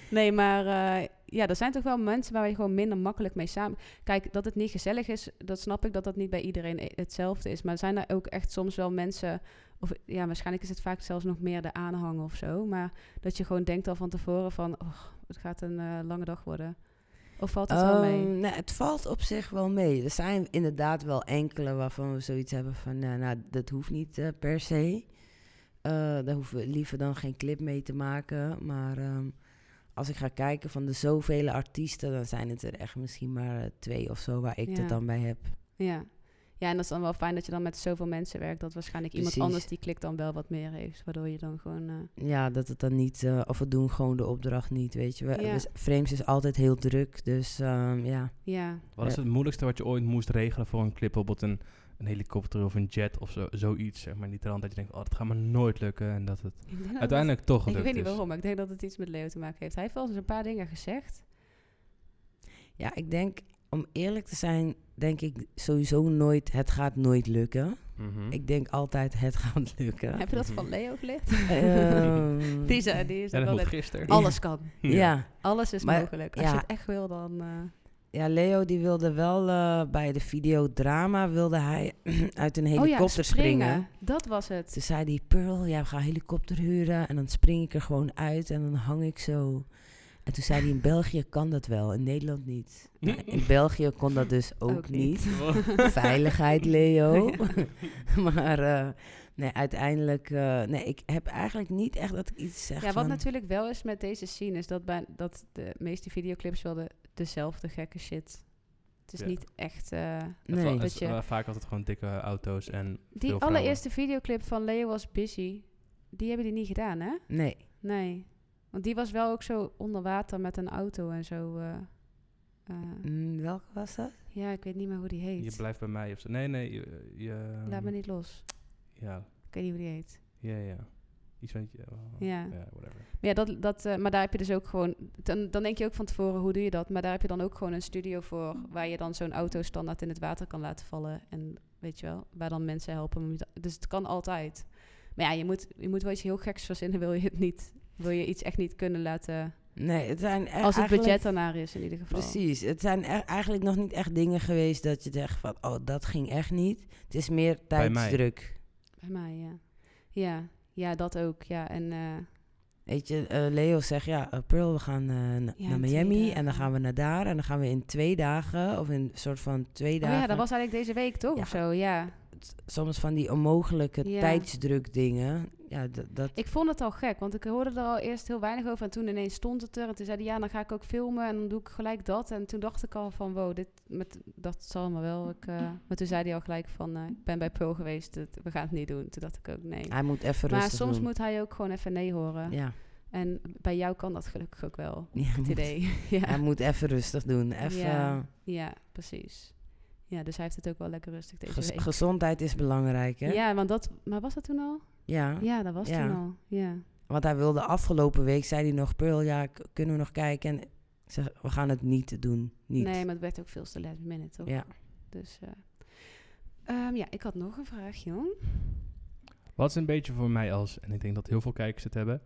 Nee, maar eh, ja, er zijn toch wel mensen waar je gewoon minder makkelijk mee samen... Kijk, dat het niet gezellig is, dat snap ik dat dat niet bij iedereen e- hetzelfde is. Maar zijn er ook echt soms wel mensen... Of ja, waarschijnlijk is het vaak zelfs nog meer de aanhang of zo. Maar dat je gewoon denkt al van tevoren van... Oh, het gaat een eh, lange dag worden. Of valt dat wel mee? Ehm, nou, het valt op zich wel mee. Er zijn inderdaad wel enkele waarvan we zoiets hebben van, nou, nou dat hoeft niet eh, per se. Eh, daar hoeven we liever dan geen clip mee te maken. Maar ehm, als ik ga kijken van de zoveel artiesten, dan zijn het er echt misschien maar eh, twee of zo waar ik Ja. het dan bij heb. Ja. Ja, en dat is dan wel fijn dat je dan met zoveel mensen werkt. Dat waarschijnlijk Precies. iemand anders die klikt dan wel wat meer heeft. Waardoor je dan gewoon... eh, Ja, dat het dan niet, eh, of we doen gewoon de opdracht niet, weet je. We, Ja. we- frames is altijd heel druk, dus ehm, ja. ja, Wat is Ja. het moeilijkste wat je ooit moest regelen voor een clip? Bijvoorbeeld een, een helikopter of een jet of zo, zoiets. Zeg maar in die trant dat je denkt, oh, dat gaat me nooit lukken. En dat het Ik denk dat het- uiteindelijk toch Nou, Ik gelukt weet niet is. waarom, maar ik denk dat het iets met Leo te maken heeft. Hij heeft wel eens een paar dingen gezegd. Ja, ik denk, om eerlijk te zijn, denk ik sowieso nooit, het gaat nooit lukken. Mhm. Ik denk altijd, het [laughs] gaat lukken. Heb je dat Mhm. van Leo [laughs] geleerd? Ehm, [laughs] Die zei, die is Ja, ook dat moet altijd, gisteren. [laughs] alles kan. ja. Alles is Maar, mogelijk. Als ja. je het echt wil, dan... eh, ja, Leo die wilde wel eh, bij de videodrama, wilde hij [clears throat] uit Oh een helikopter springen. Dat was het. Toen zei hij, Pearl, ja, we gaan helikopter huren. En dan spring ik er gewoon uit en dan hang ik zo. En toen zei hij, in België kan dat wel, in Nederland niet. Nou, [laughs] in België kon dat dus ook, Ook niet. niet. Veiligheid, [laughs] Leo. [laughs] maar eh, nee, uiteindelijk... eh, nee, ik heb eigenlijk niet echt dat ik iets zeg Ja, wat van- natuurlijk wel is met deze scene, is dat, bij, dat de meeste videoclips wel de, dezelfde gekke shit. Het is Ja. niet echt... eh, Nee. Nee. Het Dat was je- vaak altijd gewoon dikke auto's en die Veel vrouwen. allereerste videoclip van Leo was Busy. Die hebben die niet gedaan, hè? Nee. Nee. Want die was wel ook zo onder water met een auto en zo. eh, eh, Mm, welke was dat? ja, ik weet niet meer hoe die heet. je blijft bij mij of zo. Nee, nee. Je, je- ehm, Laat me niet los. Ja, Ik weet niet hoe die heet. ja, ja. Iets van... Ja, Ja. whatever. Maar Ja, dat, dat, eh, maar daar heb je dus ook gewoon... Dan, dan denk je ook van tevoren, hoe doe je dat? Maar daar heb je dan ook gewoon een studio voor... waar je dan zo'n auto standaard in het water kan laten vallen. En weet je wel, waar dan mensen helpen. om je- Dus het kan altijd. Maar ja, je moet, je moet wel iets heel geks verzinnen, wil je het niet. Wil je iets echt niet kunnen laten... Nee, het zijn echt Als het Eh, eigenlijk- budget daarnaar is, in ieder geval. Precies. Het zijn e- eigenlijk nog niet echt dingen geweest dat je dacht van... Oh, dat ging echt niet. Het is meer Bij mij. tijdsdruk. Bij mij, ja. Ja, ja dat ook, ja. En eh, Weet je, eh, Leo zegt, ja, eh, Pearl, we gaan eh, na- Ja, naar in twee Miami en dagen. dan gaan we naar daar. En dan gaan we in twee dagen, of in een soort van twee oh dagen... ja, dat was eigenlijk deze week, toch? Ja. Of zo, ja. s- Soms van die onmogelijke Ja. tijdsdruk dingen. Ja, d- dat... Ik vond het al gek, want ik hoorde er al eerst heel weinig over. En toen ineens stond het er. En toen zei hij, ja, dan ga ik ook filmen en dan doe ik gelijk dat. En toen dacht ik al van, wow, dit, met, dat zal me wel. Ik, [laughs] eh, maar toen zei hij al gelijk van, eh, ik ben bij Pearl geweest, het- we gaan het niet doen. Toen dacht ik ook, nee. Hij moet even Maar rustig soms doen. moet hij ook gewoon even nee horen. Ja. En bij jou kan dat gelukkig ook [laughs] wel, Ja, hij het moet- idee. [laughs] ja. Hij moet even rustig doen. Even, eh, Ja, ja, precies. Ja, dus hij heeft het ook wel lekker rustig deze ges- week. gezondheid is belangrijk, hè? Ja, want dat, maar was dat toen al? Ja. Ja, dat was Ja. toen al. Ja. Want hij wilde afgelopen week, zei hij nog, Pearl, ja, k- kunnen we nog kijken? En ik zeg, we gaan het niet doen. Niet. Nee, maar het werd ook veel te last minute, toch? Ja. Dus, eh, ehm, ja, ik had nog een vraag, jong. Wat is een beetje voor mij als... En ik denk dat heel veel kijkers het hebben.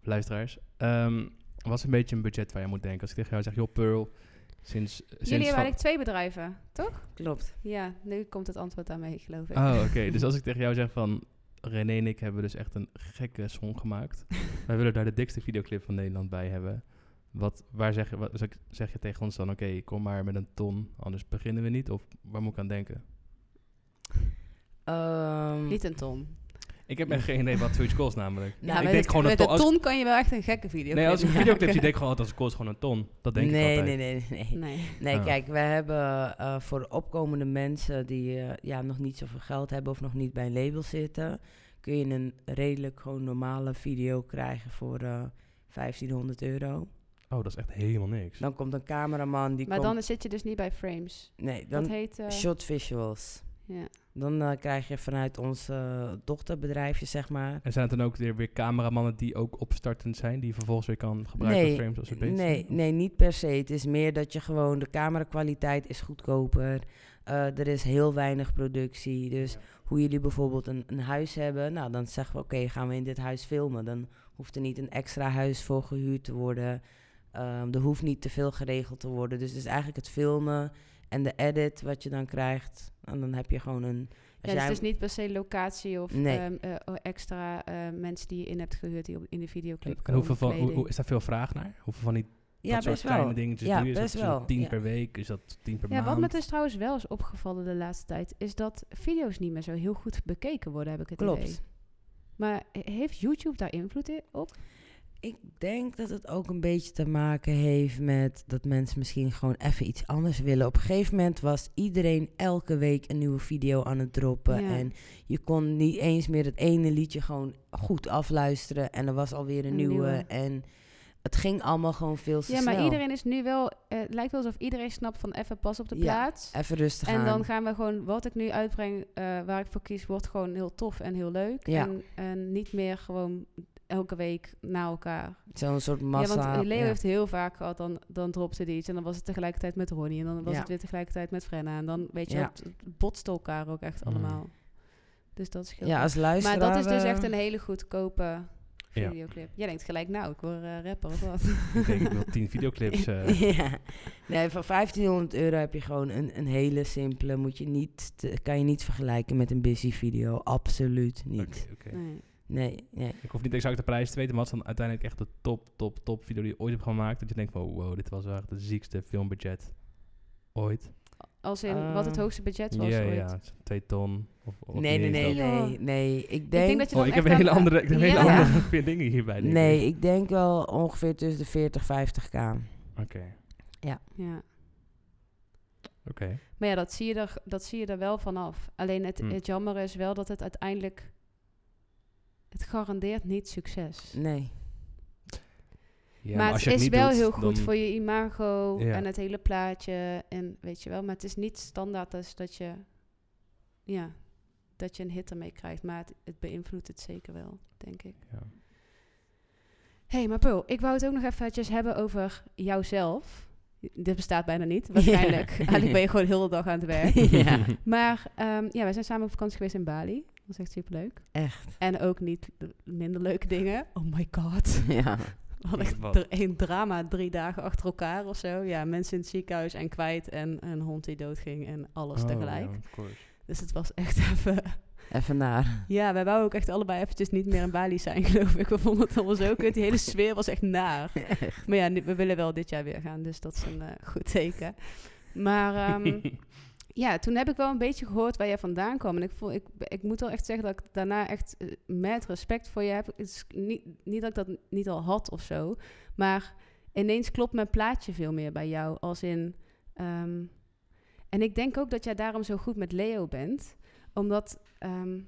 Of luisteraars. ehm, wat is een beetje een budget waar je moet denken? Als ik tegen jou zeg, joh, Pearl... Sinds, sinds Jullie hebben van- eigenlijk twee bedrijven, toch? Klopt. Ja, nu komt het antwoord daarmee, geloof ik. Oh, [laughs] oké. Dus als ik tegen jou zeg van... René en ik hebben dus echt een gekke [laughs] song gemaakt. Wij willen daar de dikste videoclip van Nederland bij hebben. Wat, waar zeg, je- wat, zeg- zeg je tegen ons dan... Oké, kom maar met een ton, anders beginnen we niet? Of waar moet ik aan denken? Ehm, Niet een ton. Ik heb echt geen idee wat zoiets kost [laughs] namelijk. Nou, ik met denk het- gewoon een met een ton. Als, ton kan je wel echt een gekke video nee, als ik een maken. videoclip zie, denk ik gewoon... altijd, Dat kost gewoon een ton. Dat denk ik nee, altijd. nee, nee, nee, [laughs] nee. Nee. Nee, Ah. kijk, we hebben eh, voor de opkomende mensen die eh, ja, nog niet zoveel geld hebben of nog niet bij een label zitten, kun je een redelijk gewoon normale video krijgen voor eh 1500 euro. Oh, dat is echt helemaal niks. Nou- Dan komt een cameraman die Maar komt. dan zit je dus niet bij Frames. nee, Dat dan heet... eh, shot visuals. ja. Dan eh, krijg je vanuit ons eh, dochterbedrijfje, zeg maar. En zijn het dan ook weer, weer cameramannen die ook opstartend zijn... die je vervolgens weer kan gebruiken Nee, op frames als het beter Nee, nee, niet per se. Het is meer dat je gewoon de camerakwaliteit is goedkoper. Eh, er is heel weinig productie. Dus hoe jullie bijvoorbeeld een, een huis hebben. Nou, dan zeggen we oké, gaan we in dit huis filmen. Dan hoeft er niet een extra huis voor gehuurd te worden. Ehm, er hoeft niet te veel geregeld te worden. Dus het is eigenlijk het filmen en de edit wat je dan krijgt. En dan heb je gewoon een. Ja, als dus jij- het is niet per se locatie of Nee. ehm, eh, oh, extra eh, mensen die je in hebt gehuurd die op, in de videoclip En komen, hoeveel van, hoe, kleding. hoe- is daar veel vraag naar? Hoeveel van die ja, dat soort best wel. kleine dingetjes Ja, doe je? Is best dat zo'n wel. tien Ja. per week? Is dat tien per Ja, maand? wat me dus trouwens wel is opgevallen de laatste tijd, is dat video's niet meer zo heel goed bekeken worden, heb ik het Klopt. idee. Maar he- heeft YouTube daar invloed i- op? Ik denk dat het ook een beetje te maken heeft met dat mensen misschien gewoon even iets anders willen. Op een gegeven moment was iedereen elke week een nieuwe video aan het droppen. Ja. En je kon niet eens meer het ene liedje gewoon goed afluisteren. En er was alweer een, Een nieuwe. nieuwe. En het ging allemaal gewoon veel te Ja, snel. maar iedereen is nu wel... eh, het lijkt wel alsof iedereen snapt van even pas op de Ja, plaats. Even rustig En aan. dan gaan we gewoon... Wat ik nu uitbreng, eh, waar ik voor kies, wordt gewoon heel tof en heel leuk. Ja. En, en niet meer gewoon elke week na elkaar. Zo'n soort ja, massa. want eh, Leo ja. heeft heel vaak gehad, dan, dan dropte hij iets. En dan was het tegelijkertijd met Ronnie. En dan was Ja. het weer tegelijkertijd met Frenna. En dan, weet je, Ja. wel, het het botste elkaar ook echt Mm. allemaal. Dus dat scheelt. Ja, als maar luisteraar... dat is dus eh, echt een hele goedkope Ja. videoclip. Jij denkt gelijk, nou, ik word eh, rapper of [laughs] wat. Ik denk, ik wil tien [laughs] videoclips. eh, ja. Nee, van 1500 euro heb je gewoon een, een hele simpele. Moet je niet, te- kan je niet vergelijken met een busy video. Absoluut niet. Oké, oké. Nee. Nee, nee. Ik hoef niet exact de prijs te weten, maar het is dan uiteindelijk echt de top, top, top video die je ooit hebt gemaakt. Dat je denkt van, wow, dit was echt de ziekste filmbudget ooit. Als in wat het Ah. hoogste hoogste budget Ja, was ja, ja, het is twee ton. Of, of Nee, nee, niet nee, eens dat. joh. nee, nee. Ik denk denk... dat je Oh, dan ik heb echt een hele aan- andere, ik heb hele Ja. andere [laughs] dingen hierbij. denk ik. nee, ik denk wel ongeveer tussen de 40, 50k. Oké, Ja. oké. Maar ja, dat zie, je er, dat zie je er wel vanaf. Alleen het, Hm. het jammer is wel dat het uiteindelijk... Het garandeert niet succes. Nee. Ja, maar als het je is niet wel doet, heel goed dan- voor je imago Ja. en het hele plaatje. En weet je wel, maar het is niet standaard dus dat je, ja, dat je een hit ermee krijgt. Maar het, het beïnvloedt het zeker wel, denk ik. [laughs] Ja. Hé, hey, maar Pearl, ik wou het ook nog eventjes hebben over jouzelf. Dit bestaat bijna [laughs] niet, [laughs] waarschijnlijk. Ja. Eigenlijk ben je gewoon heel de dag aan het [laughs] werk. [laughs] [laughs] ja, Maar ehm, ja, wij zijn samen op vakantie geweest in Bali. Dat was echt superleuk. echt. En ook niet de minder leuke dingen. Oh my god. Ja. We hadden echt Wat? dr- één drama drie dagen achter elkaar of zo. Ja, mensen in het ziekenhuis en kwijt en een hond die doodging en alles Oh, tegelijk. ja, of [laughs] course. Dus het was echt even... Even naar. Ja, wij wouden ook echt allebei eventjes niet meer in Bali zijn, [laughs] geloof ik. We vonden het allemaal zo kut. Die hele sfeer was echt naar. Echt. [laughs] Maar ja, nu- we willen wel dit jaar weer gaan, dus dat is een eh, goed teken. Maar ehm, ja, toen heb ik wel een beetje gehoord waar jij vandaan kwam. En ik, voel, ik, ik moet wel echt zeggen dat ik daarna echt eh, met respect voor je heb. Het is niet, niet dat ik dat niet al had of zo. Maar ineens klopt mijn plaatje veel meer bij jou. Als in. ehm, en ik denk ook dat jij daarom zo goed met Leo bent. Omdat ehm,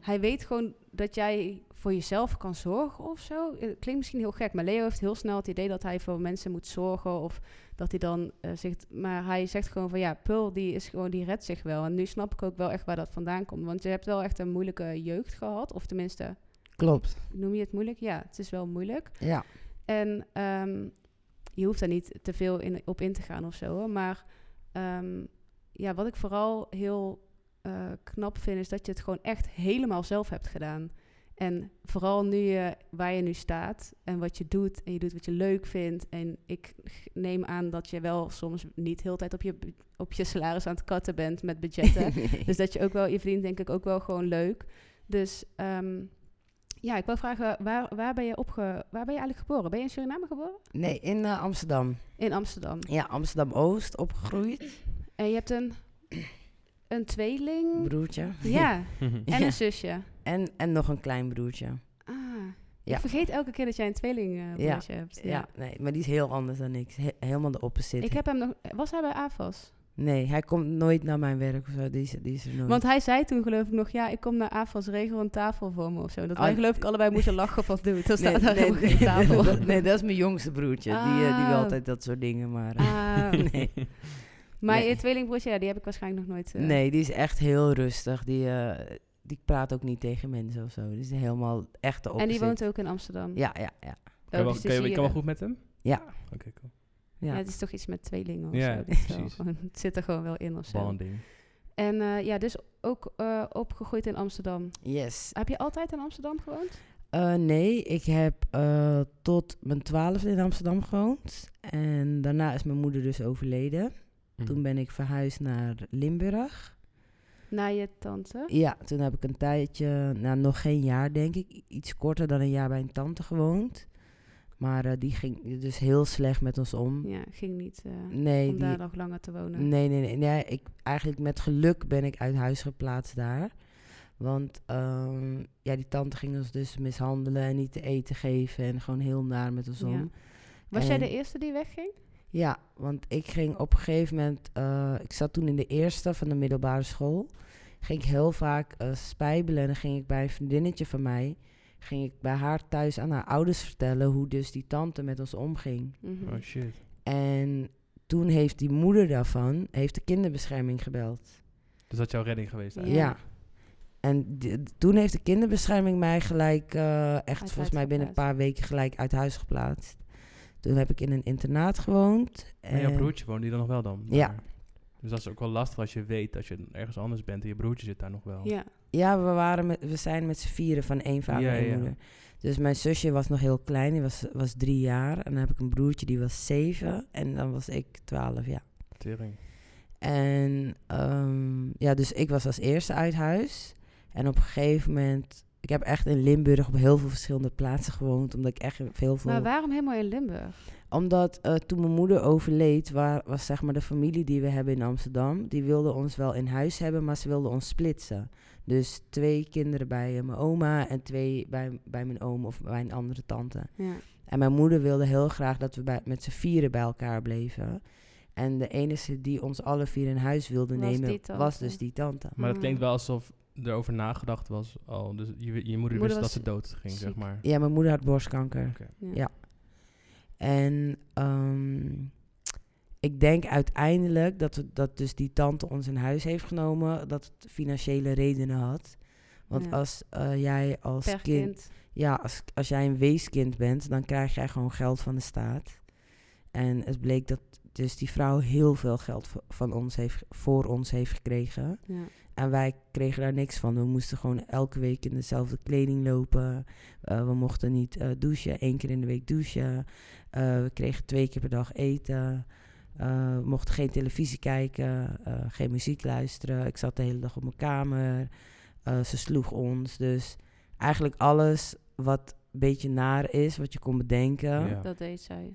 hij weet gewoon dat jij voor jezelf kan zorgen of zo. Eh, Klinkt misschien heel gek, maar Leo heeft heel snel het idee dat hij voor mensen moet zorgen. Of dat hij dan eh, zegt, maar hij zegt gewoon van ja, Pearl die is gewoon, die redt zich wel. En nu snap ik ook wel echt waar dat vandaan komt. Want je hebt wel echt een moeilijke jeugd gehad. Of tenminste, Klopt. noem je het moeilijk? Ja, het is wel moeilijk. [laughs] Ja. En ehm, je hoeft daar niet te veel in, op in te gaan of zo. hoor. Maar ehm, ja, wat ik vooral heel eh, knap vind, is dat je het gewoon echt helemaal zelf hebt gedaan. En vooral nu je, waar je nu staat en wat je doet en je doet wat je leuk vindt. En ik g- neem aan dat je wel soms niet heel de tijd op je, bu- op je salaris aan het katten bent met budgetten. Dus dat je ook wel, je verdient denk ik ook wel gewoon leuk. Dus ehm, ja, ik wil vragen, waar, waar, ben je opge, waar ben je eigenlijk geboren? Ben je in Suriname geboren? Nee, in eh, Amsterdam. In Amsterdam. Ja, Amsterdam-Oost opgegroeid. En je hebt een, een tweeling? Broertje. [laughs] Ja, en Ja. een zusje. En, en nog een klein broertje. Ah, Ja. ik vergeet elke keer dat jij een tweelingbroertje hebt. Ja, nee, maar die is heel anders dan ik. He- helemaal de opposite. Ik heb hem nog... Was hij bij AFAS? Nee, hij komt nooit naar mijn werk of zo. Die is, die is er nooit. Want hij zei toen geloof ik nog... Ja, ik kom naar AFAS, regel een tafel voor me of zo. Dat wij Ah, geloof ik allebei moesten lachen van... Dude, dat nee, staat daar nee, helemaal geen tafel. dat, nee, dat is mijn jongste broertje. Die, eh, die wil Ah. altijd dat soort dingen, maar... eh, [laughs] Ah, nee. maar Nee. je tweelingbroertje, ja, die heb ik waarschijnlijk nog nooit... eh, nee, die is echt heel rustig. Die, eh, die praat ook niet tegen mensen of zo. Die is helemaal echt de opposite. En die woont ook in Amsterdam. Ja, ja, ja. Kan je wel- dus zie kan je- kan je je wel hem. goed met hem? Ja. Oké, cool. Ja, Ja. het is toch iets met tweelingen of Ja, zo. Dat is wel [laughs] precies. gewoon- het zit er gewoon wel in of zo. Bonding. En eh, ja, dus ook eh, opgegroeid in Amsterdam. Yes. Heb je altijd in Amsterdam gewoond? Eh, nee, ik heb eh, tot mijn twaalfde in Amsterdam gewoond. En daarna is mijn moeder dus overleden. Hm. Toen ben ik verhuisd naar Limburg. Na je tante? Ja, toen heb ik een tijdje, nou nog geen jaar denk ik, i- iets korter dan een jaar bij een tante gewoond. Maar eh, die ging dus heel slecht met ons om. Ja, ging niet eh, Nee, om die, daar eh, nog langer te wonen. nee, nee, nee, nee, ik, eigenlijk met geluk ben ik uit huis geplaatst daar. Want ehm, ja, die tante ging ons dus mishandelen en niet te eten geven en gewoon heel naar met ons om. Ja. Was jij En- de eerste die wegging? Ja, want ik ging op een gegeven moment, eh, ik zat toen in de eerste van de middelbare school, ging ik heel vaak eh, spijbelen en dan ging ik bij een vriendinnetje van mij, ging ik bij haar thuis aan haar ouders vertellen hoe dus die tante met ons omging. Mhm. Oh shit. En toen heeft die moeder daarvan, heeft de kinderbescherming gebeld. Dus dat is jouw redding geweest Ja. Ja. eigenlijk. En di- toen heeft de kinderbescherming mij gelijk, eh, echt huis volgens mij binnen een geplaatst. paar weken gelijk uit huis geplaatst. Toen heb ik in een internaat gewoond. En jouw en- broertje woont die dan nog wel dan? Ja. daar? Dus dat is ook wel lastig als je weet dat je ergens anders bent en je broertje zit daar nog Oh, wel. Ja. Ja, we, waren met, we zijn met z'n vieren van één vader Ja, en één ja. moeder. Dus mijn zusje was nog heel klein, die was, was drie jaar. En dan heb ik een broertje, die was zeven. En dan was ik twaalf, ja. Tering. En ehm, ja, dus ik was als eerste uit huis. En op een gegeven moment... Ik heb echt in Limburg op heel veel verschillende plaatsen gewoond. Omdat ik echt veel... veel Maar waarom helemaal in Limburg? Omdat eh, toen mijn moeder overleed... Waar, was zeg maar de familie die we hebben in Amsterdam... Die wilde ons wel in huis hebben, maar ze wilden ons splitsen. Dus twee kinderen bij eh, mijn oma... En twee bij, bij mijn oom of bij een andere tante. Ja. En mijn moeder wilde heel graag dat we bij, met z'n vieren bij elkaar bleven. En de enige die ons alle vier in huis wilde Was die nemen, tante. was dus die tante. Maar dat Ah. klinkt wel alsof erover nagedacht was al. Dus je, je moeder Moeder wist dat was ze dood ging, ziek. zeg maar. Ja, mijn moeder had borstkanker. Oké. Ja. En ehm, ik denk uiteindelijk dat, we, dat dus die tante ons in huis heeft genomen, dat het financiële redenen had. Want Ja. als eh, jij als Per kind kind. Ja, als, als jij een weeskind bent, dan krijg jij gewoon geld van de staat. En het bleek dat dus die vrouw heel veel geld v- van ons heeft, voor ons heeft gekregen. Ja. En wij kregen daar niks van. We moesten gewoon elke week in dezelfde kleding lopen. Eh, we mochten niet eh, douchen, één keer in de week douchen. Eh, we kregen twee keer per dag eten. Eh, we mochten geen televisie kijken, eh, geen muziek luisteren. Ik zat de hele dag op mijn kamer. Eh, ze sloeg ons. Dus eigenlijk alles wat een beetje naar is, wat je kon bedenken. Ja. Ja. Dat deed zij.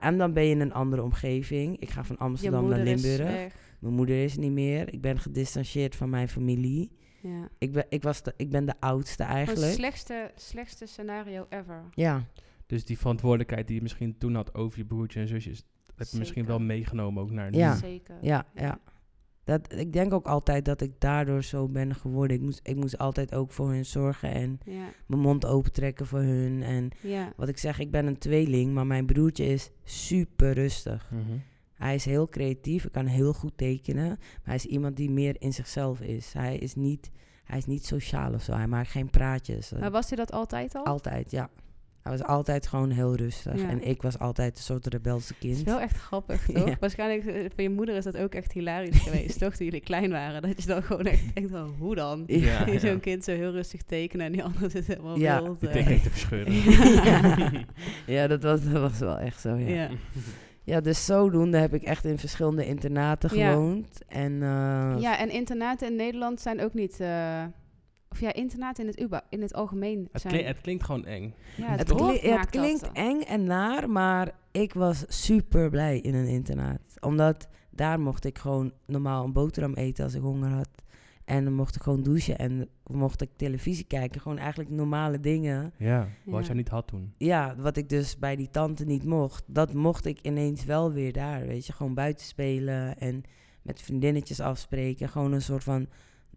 en dan ben je in een andere omgeving. Ik ga van Je Amsterdam naar moeder is Limburg. weg. Mijn moeder is niet meer. Ik ben gedistanceerd van mijn familie. Ja. Ik ben, ik was de, ik ben de oudste Het eigenlijk. slechtste, slechtste scenario ever. Ja, Dus die verantwoordelijkheid die je misschien toen had over je broertje en zusjes, dat heb je misschien Zeker. wel meegenomen ook naar nu. Ja. Zeker. ja, ja. Dat, ik denk ook altijd dat ik daardoor zo ben geworden. Ik moest, ik moest altijd ook voor hun zorgen en Ja. mijn mond opentrekken voor hun. En Ja. wat ik zeg, ik ben een tweeling, maar mijn broertje is super Hm. rustig. Mhm. Hij is heel creatief, hij kan heel goed tekenen. Maar hij is iemand die meer in zichzelf is. Hij is niet, hij is niet sociaal of zo. Hij maakt geen praatjes. Maar was hij dat altijd al? Altijd, ja. Hij was altijd gewoon heel rustig. Ja. En ik was altijd een soort rebelse Het kind. is wel echt [laughs] grappig, toch? Ja. Waarschijnlijk eh, voor je moeder is dat ook echt hilarisch [laughs] geweest, toch? Toen jullie klein waren. Dat je dan gewoon echt denkt, oh, hoe dan? Ja. Die Zo'n kind zo heel rustig tekenen en die [laughs] ander zit helemaal Ja. wild. Die eh. tekening te [laughs] verscheuren. ja, [laughs] ja dat, was, dat was wel echt zo, ja. ja. Ja. dus zodoende heb ik echt in verschillende internaten Ja. gewoond. En eh, ja, en internaten in Nederland zijn ook niet... eh, of ja, internaten in het, uba, in het algemeen Het, zijn... klinkt- het klinkt gewoon eng. ja, het, het, woord kli- ja, het maakt dat, klinkt eh. eng en naar, maar ik was super blij in een internaat. Omdat daar mocht ik gewoon normaal een boterham eten als ik honger had. En dan mocht ik gewoon douchen en mocht ik televisie kijken. Gewoon eigenlijk normale dingen. Ja. Wat Ja. je niet had toen. Ja, wat ik dus bij die tante niet mocht, dat mocht ik ineens wel weer daar. Weet je, gewoon buiten spelen en met vriendinnetjes afspreken. Gewoon een soort van,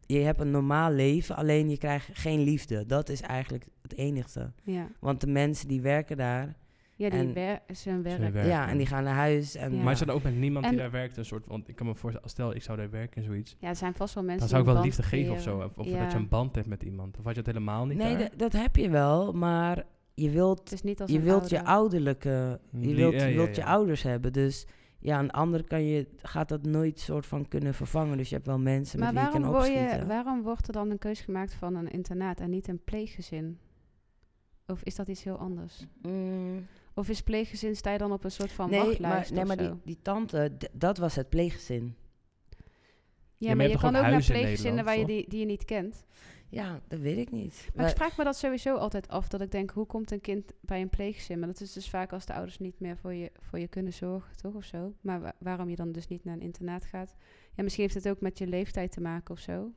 je hebt een normaal leven, alleen je krijgt geen liefde. Dat is eigenlijk het enigste. Ja, Want de mensen die werken daar, ja die En- wer zijn werk. werk. ja, en die gaan naar huis. En, Ja. Maar is dat ook met niemand En- die daar werkt een soort want ik kan me voorstellen, stel ik zou daar werken en zoiets, Ja, er zijn vast wel mensen dan zou ik die wel een liefde band geven of zo. creëren. Of, of Ja. dat je een band hebt met iemand. Of had je dat helemaal niet Nee, daar? dat- dat heb je wel, maar je wilt Het is niet als je een wilt ouder. je ouderlijke, je Lie- wilt, ja, je, ja, wilt je ja. ouders hebben. Dus ja, een ander kan je, gaat dat nooit soort van kunnen vervangen. Dus je hebt wel mensen Maar met wie je waarom, kan word opschieten. je, waarom wordt er dan een keuze gemaakt van een internaat en niet een pleeggezin? Of is dat iets heel anders? Mm, Of is pleeggezin, sta je dan op een soort van nee, maar, wachtlijst nee, of maar die, zo? die tante, d- dat was het pleeggezin. Ja, maar maar je je kan hebt toch ook ook naar huizen in pleeggezinnen waar je Nederland, die, die je niet kent. Ja, dat weet ik niet. Maar ik Wij- vraag me dat sowieso altijd af, dat ik denk, hoe komt een kind bij een pleeggezin? Maar dat is dus vaak als de ouders niet meer voor je, voor je kunnen zorgen, toch? Of zo. Maar wa- waarom je dan dus niet naar een internaat gaat? Ja, misschien heeft het ook met je leeftijd te maken of zo.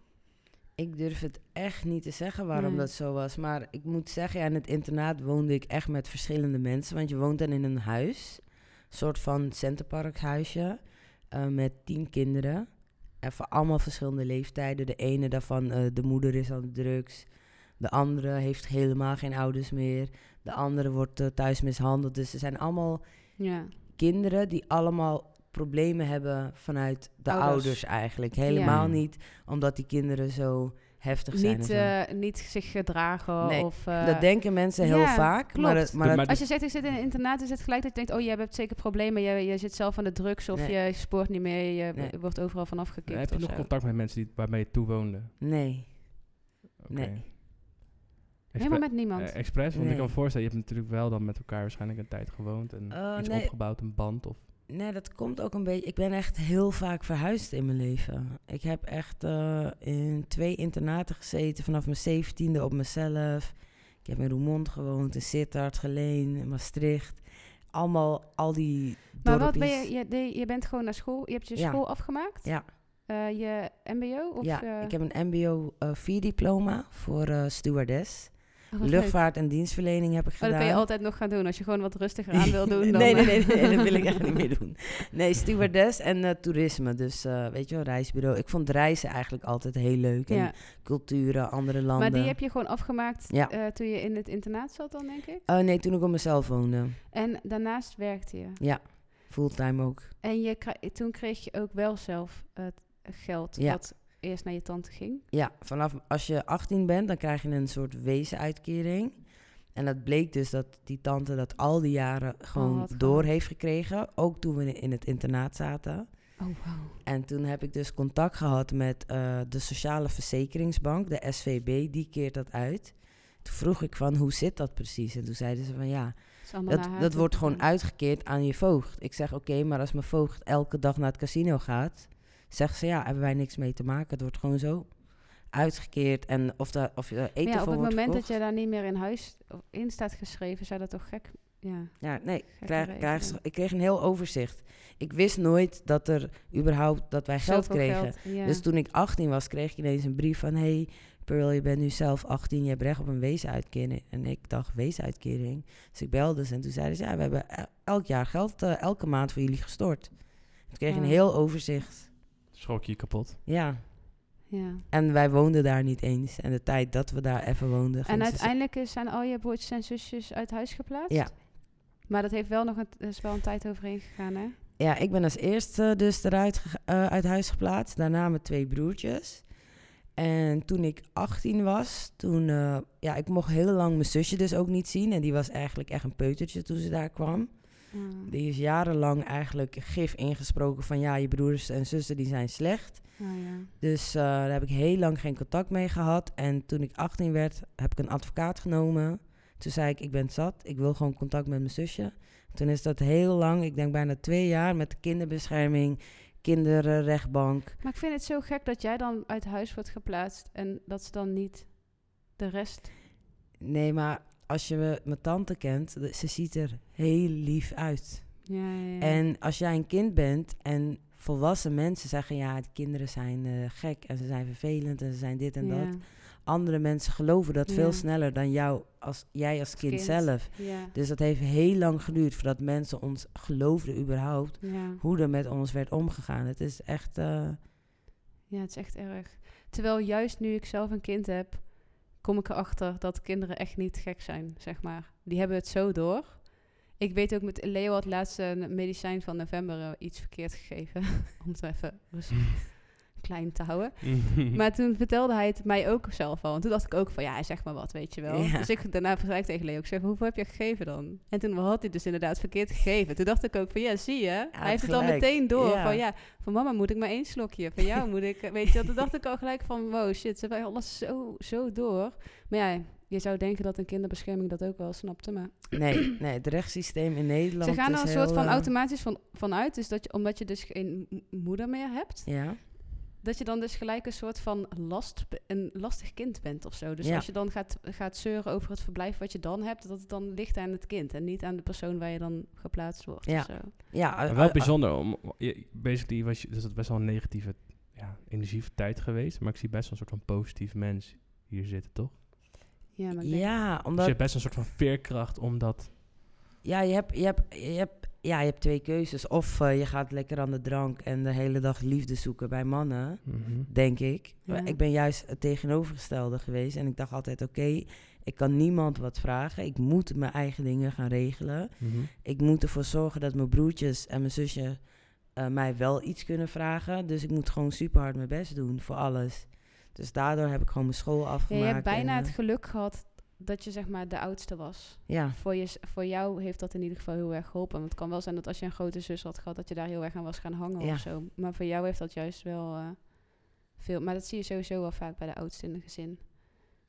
Ik durf het echt niet te zeggen waarom Nee. dat zo was. Maar ik moet zeggen, ja, in het internaat woonde ik echt met verschillende mensen. Want je woont dan in een huis. Een soort van centerparkhuisje. eh met tien kinderen. En van allemaal verschillende leeftijden. De ene daarvan, eh, de moeder is aan de drugs. De andere heeft helemaal geen ouders meer. De andere wordt eh, thuis mishandeld. Dus er zijn allemaal Ja. kinderen die allemaal problemen hebben vanuit de Ouders. ouders, eigenlijk. Helemaal Ja. niet omdat die kinderen zo heftig zijn. en Niet, zo. eh, niet zich gedragen Nee, of... eh, dat denken mensen heel ja, vaak. Maar, klopt. dat, maar Ja, dat- als je zegt, ik zit in een internaat, is het gelijk dat je denkt... oh, je hebt zeker problemen, je, je zit zelf aan de drugs... of Nee. je spoort niet meer, je Nee. wordt overal van afgekikt heb je of nog zo. contact met mensen die, waarmee je toe woonde? nee, Oké. Nee. Expre- Helemaal met niemand. eh, expres, want ik kan Nee. me voorstellen, je hebt natuurlijk wel dan met elkaar waarschijnlijk een tijd gewoond en Oh, Eh, iets nee. opgebouwd, een band of... nee, dat komt ook een beetje... Ik ben echt heel vaak verhuisd in mijn leven. Ik heb echt eh, in twee internaten gezeten vanaf mijn zeventiende op mezelf. Ik heb in Roermond gewoond, in Sittard, Geleen, in Maastricht. Allemaal al die maar wat ben dorpjes. je, je, deed- je bent gewoon naar school, je hebt je Ja. school afgemaakt? Ja. Eh, je mbo? Of, ja, eh, ik heb een MBO 4 eh, diploma voor eh, stewardess. oh, [laughs] wat leuk. Luchtvaart en dienstverlening heb ik gedaan. Maar dat kun je altijd nog gaan doen. Als je gewoon wat rustiger aan [laughs] wil doen. Dan, nee, nee, eh. nee, nee, dat wil [laughs] ik echt niet meer doen. Nee, stewardess en eh, toerisme. Dus eh, weet je wel, reisbureau. Ik vond reizen eigenlijk altijd heel leuk. En Ja. culturen, andere landen. Maar die heb je gewoon afgemaakt Ja. eh, toen je in het internaat zat dan, denk ik. Eh, nee, toen ik op mezelf woonde. En daarnaast werkte je. Fulltime ook. En je kri- toen kreeg je ook wel zelf het geld Ja. dat eerst naar je tante ging. Ja, vanaf als je 18 bent, dan krijg je een soort wezenuitkering. En dat bleek dus dat die tante dat al die jaren gewoon had door gehad. heeft gekregen. Ook toen we in het internaat zaten. Oh, wow. En toen heb ik dus contact gehad met eh, de Sociale Verzekeringsbank, de SVB, die keert dat uit. Toen vroeg ik van, hoe zit dat precies? En toen zeiden ze van, ja, dat, dat wordt gewoon uitgekeerd aan je voogd. Ik zeg, oké, maar als mijn voogd elke dag naar het casino gaat, zeggen ze, ja, hebben wij niks mee te maken. Het wordt gewoon zo uitgekeerd. En of, daar of je er eten Ja, op voor het wordt moment dat gekocht. je daar niet meer in huis in staat geschreven, zou dat toch gek... Ja. Ja, nee, ik Gekke krijg, regeling. krijg, ik kreeg een heel overzicht. Ik wist nooit dat er überhaupt, dat wij geld Zoveel kregen. geld, ja. Dus toen ik 18 was, kreeg ik ineens een brief van... hey, Pearl, je bent nu zelf 18, je hebt recht op een weesuitkering. En ik dacht, weesuitkering? Dus ik belde ze en toen zeiden ze... ja, we hebben el- elk jaar geld, eh, elke maand voor jullie gestort. Toen kreeg ik een Ja. heel overzicht. Schrok je [laughs] kapot? Ja, ja. en wij woonden daar niet eens. En de tijd dat we daar even woonden... En gingen ze- uiteindelijk is- zijn al je broertjes en zusjes uit huis geplaatst? Ja. Maar dat heeft wel nog een, is wel een tijd overheen gegaan, hè? Ja, ik ben als eerste dus eruit ge- eh, uit huis geplaatst. Daarna mijn twee broertjes. En toen ik 18 was, toen... eh, ja, ik mocht heel lang mijn zusje dus ook niet zien. En die was eigenlijk echt een peutertje toen ze daar kwam. Ah, Die is jarenlang eigenlijk gif ingesproken van... Ja, je broers en zussen die zijn slecht. ah ja. Dus eh, daar heb ik heel lang geen contact mee gehad. En toen ik 18 werd, heb ik een advocaat genomen. Toen zei ik, ik ben zat. Ik wil gewoon contact met mijn zusje. Toen is dat heel lang, ik denk bijna twee jaar... met de kinderbescherming, kinderrechtbank. Maar ik vind het zo gek dat jij dan uit huis wordt geplaatst en dat ze dan niet de rest. Nee, maar als je eh, mijn tante kent... de- ze ziet er heel lief uit. Ja, ja, ja. En als jij een kind bent en volwassen mensen zeggen... ja, de kinderen zijn eh, gek en ze zijn vervelend en ze zijn dit en dat... ja, andere mensen geloven dat Ja. veel sneller dan jou als, jij als kind, kind. zelf. Ja, Dus dat heeft heel lang geduurd voordat mensen ons geloofden überhaupt ja, hoe er met ons werd omgegaan. Het is echt, eh, ja, het is echt erg. Terwijl juist nu ik zelf een kind heb, kom ik erachter dat kinderen echt niet gek zijn, zeg maar. Die hebben het zo door. Ik weet ook met Leo had laatst een medicijn van november eh, iets verkeerd gegeven. [laughs] Om het even rustig klein te houden. Hm. Maar toen vertelde hij het mij ook zelf al. En toen dacht ik ook van, ja, hij zegt maar wat, weet je wel. Ja. Dus ik daarna zei ik tegen Leo, ik zeg, hoeveel heb je gegeven dan? En toen had hij dus inderdaad verkeerd gegeven. Toen dacht ik ook van, ja, zie je. hij had heeft het al gelijk. meteen door. Ja. Van ja, van mama moet ik maar één slokje. Van jou moet ik, weet je wel. Toen dacht ik al gelijk van, wow, shit, ze hebben alles zo, zo door. Maar ja, je zou denken dat een kinderbescherming dat ook wel snapte, maar... [clears throat] nee, nee, het rechtssysteem in Nederland ze gaan is er een soort heel, van eh, automatisch van, van uit. Dus dat je, omdat je dus geen m- moeder meer hebt, Ja, dat je dan dus gelijk een soort van last, een lastig kind bent of zo. Dus Ja. als je dan gaat, gaat zeuren over het verblijf wat je dan hebt, dat het dan ligt aan het kind en niet aan de persoon waar je dan geplaatst wordt. Ja. Of zo. ja Maar eh, wel eh, bijzonder, om, je- basically was je, dus dat is best wel een negatieve ja, ja, energieve tijd geweest. Maar ik zie best wel een soort van positief mens hier zitten, toch? Ja, maar ik denk- Ja, Dus omdat je hebt best een soort van veerkracht om dat... Ja, je hebt, je hebt, je hebt, ja, je hebt twee keuzes. Of eh, je gaat lekker aan de drank en de hele dag liefde zoeken bij mannen, Mhm. denk ik. Maar Ja. Ik ben juist het tegenovergestelde geweest. En ik dacht altijd, oké, ik kan niemand wat vragen. Ik moet mijn eigen dingen gaan regelen. Mhm. Ik moet ervoor zorgen dat mijn broertjes en mijn zusje eh, mij wel iets kunnen vragen. Dus ik moet gewoon super hard mijn best doen voor alles. Dus daardoor heb ik gewoon mijn school Ja, afgemaakt. je hebt bijna en, het eh, geluk gehad dat je zeg maar de oudste was. ja, Voor, je, voor jou heeft dat in ieder geval heel erg geholpen. Want het kan wel zijn dat als je een grote zus had gehad, dat je daar heel erg aan was gaan hangen Ja. of zo. Maar voor jou heeft dat juist wel eh, veel. Maar dat zie je sowieso wel vaak bij de oudste in een gezin.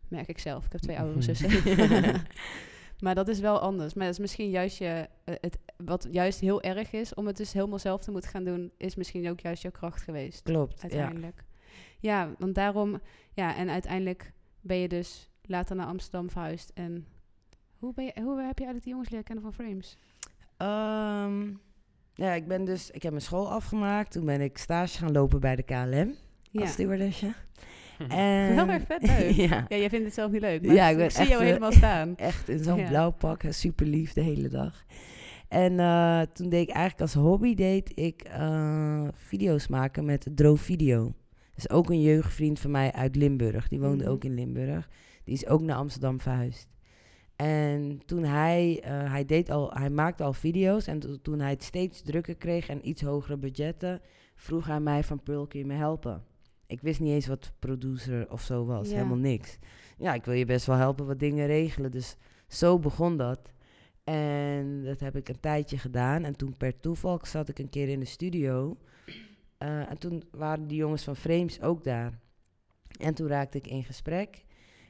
Merk ik zelf. Ik heb twee oudere zussen. [laughs] [laughs] maar dat is wel anders. Maar dat is misschien juist je. eh, Het, wat juist heel erg is, om het dus helemaal zelf te moeten gaan doen, is misschien ook juist jouw kracht geweest klopt. Ja. uiteindelijk. Ja. want daarom, ja, en uiteindelijk ben je dus later naar Amsterdam verhuisd. En hoe, ben je, hoe heb je eigenlijk die jongens leren kennen van Frames? Ehm, ja, ik ben dus, ik heb mijn school afgemaakt. Toen ben ik stage gaan lopen bij de KLM Ja, als [laughs] stewardessje. En, Heel erg vet leuk. [laughs] ja, ja jij vindt het zelf niet leuk, maar Ja, ik ik, ben zie echt, jou eh, helemaal [laughs] staan. echt in zo'n [laughs] Ja. blauw pak, en super lief de hele dag. En eh, toen deed ik eigenlijk als hobby deed ik eh, video's maken met Drovideo. Dat is ook een jeugdvriend van mij uit Limburg. Die woonde Mhm. ook in Limburg. Die is ook naar Amsterdam verhuisd. En toen hij, eh, hij, deed al, hij maakte al video's en to- toen hij het steeds drukker kreeg en iets hogere budgetten, vroeg hij mij van Pearl, kun je me helpen? Ik wist niet eens wat producer of zo was, Ja. helemaal niks. Ja, ik wil je best wel helpen wat dingen regelen. Dus zo begon dat. En dat heb ik een tijdje gedaan. En toen per toeval zat ik een keer in de studio. Eh, en toen waren die jongens van Frames ook daar. En toen raakte ik in gesprek.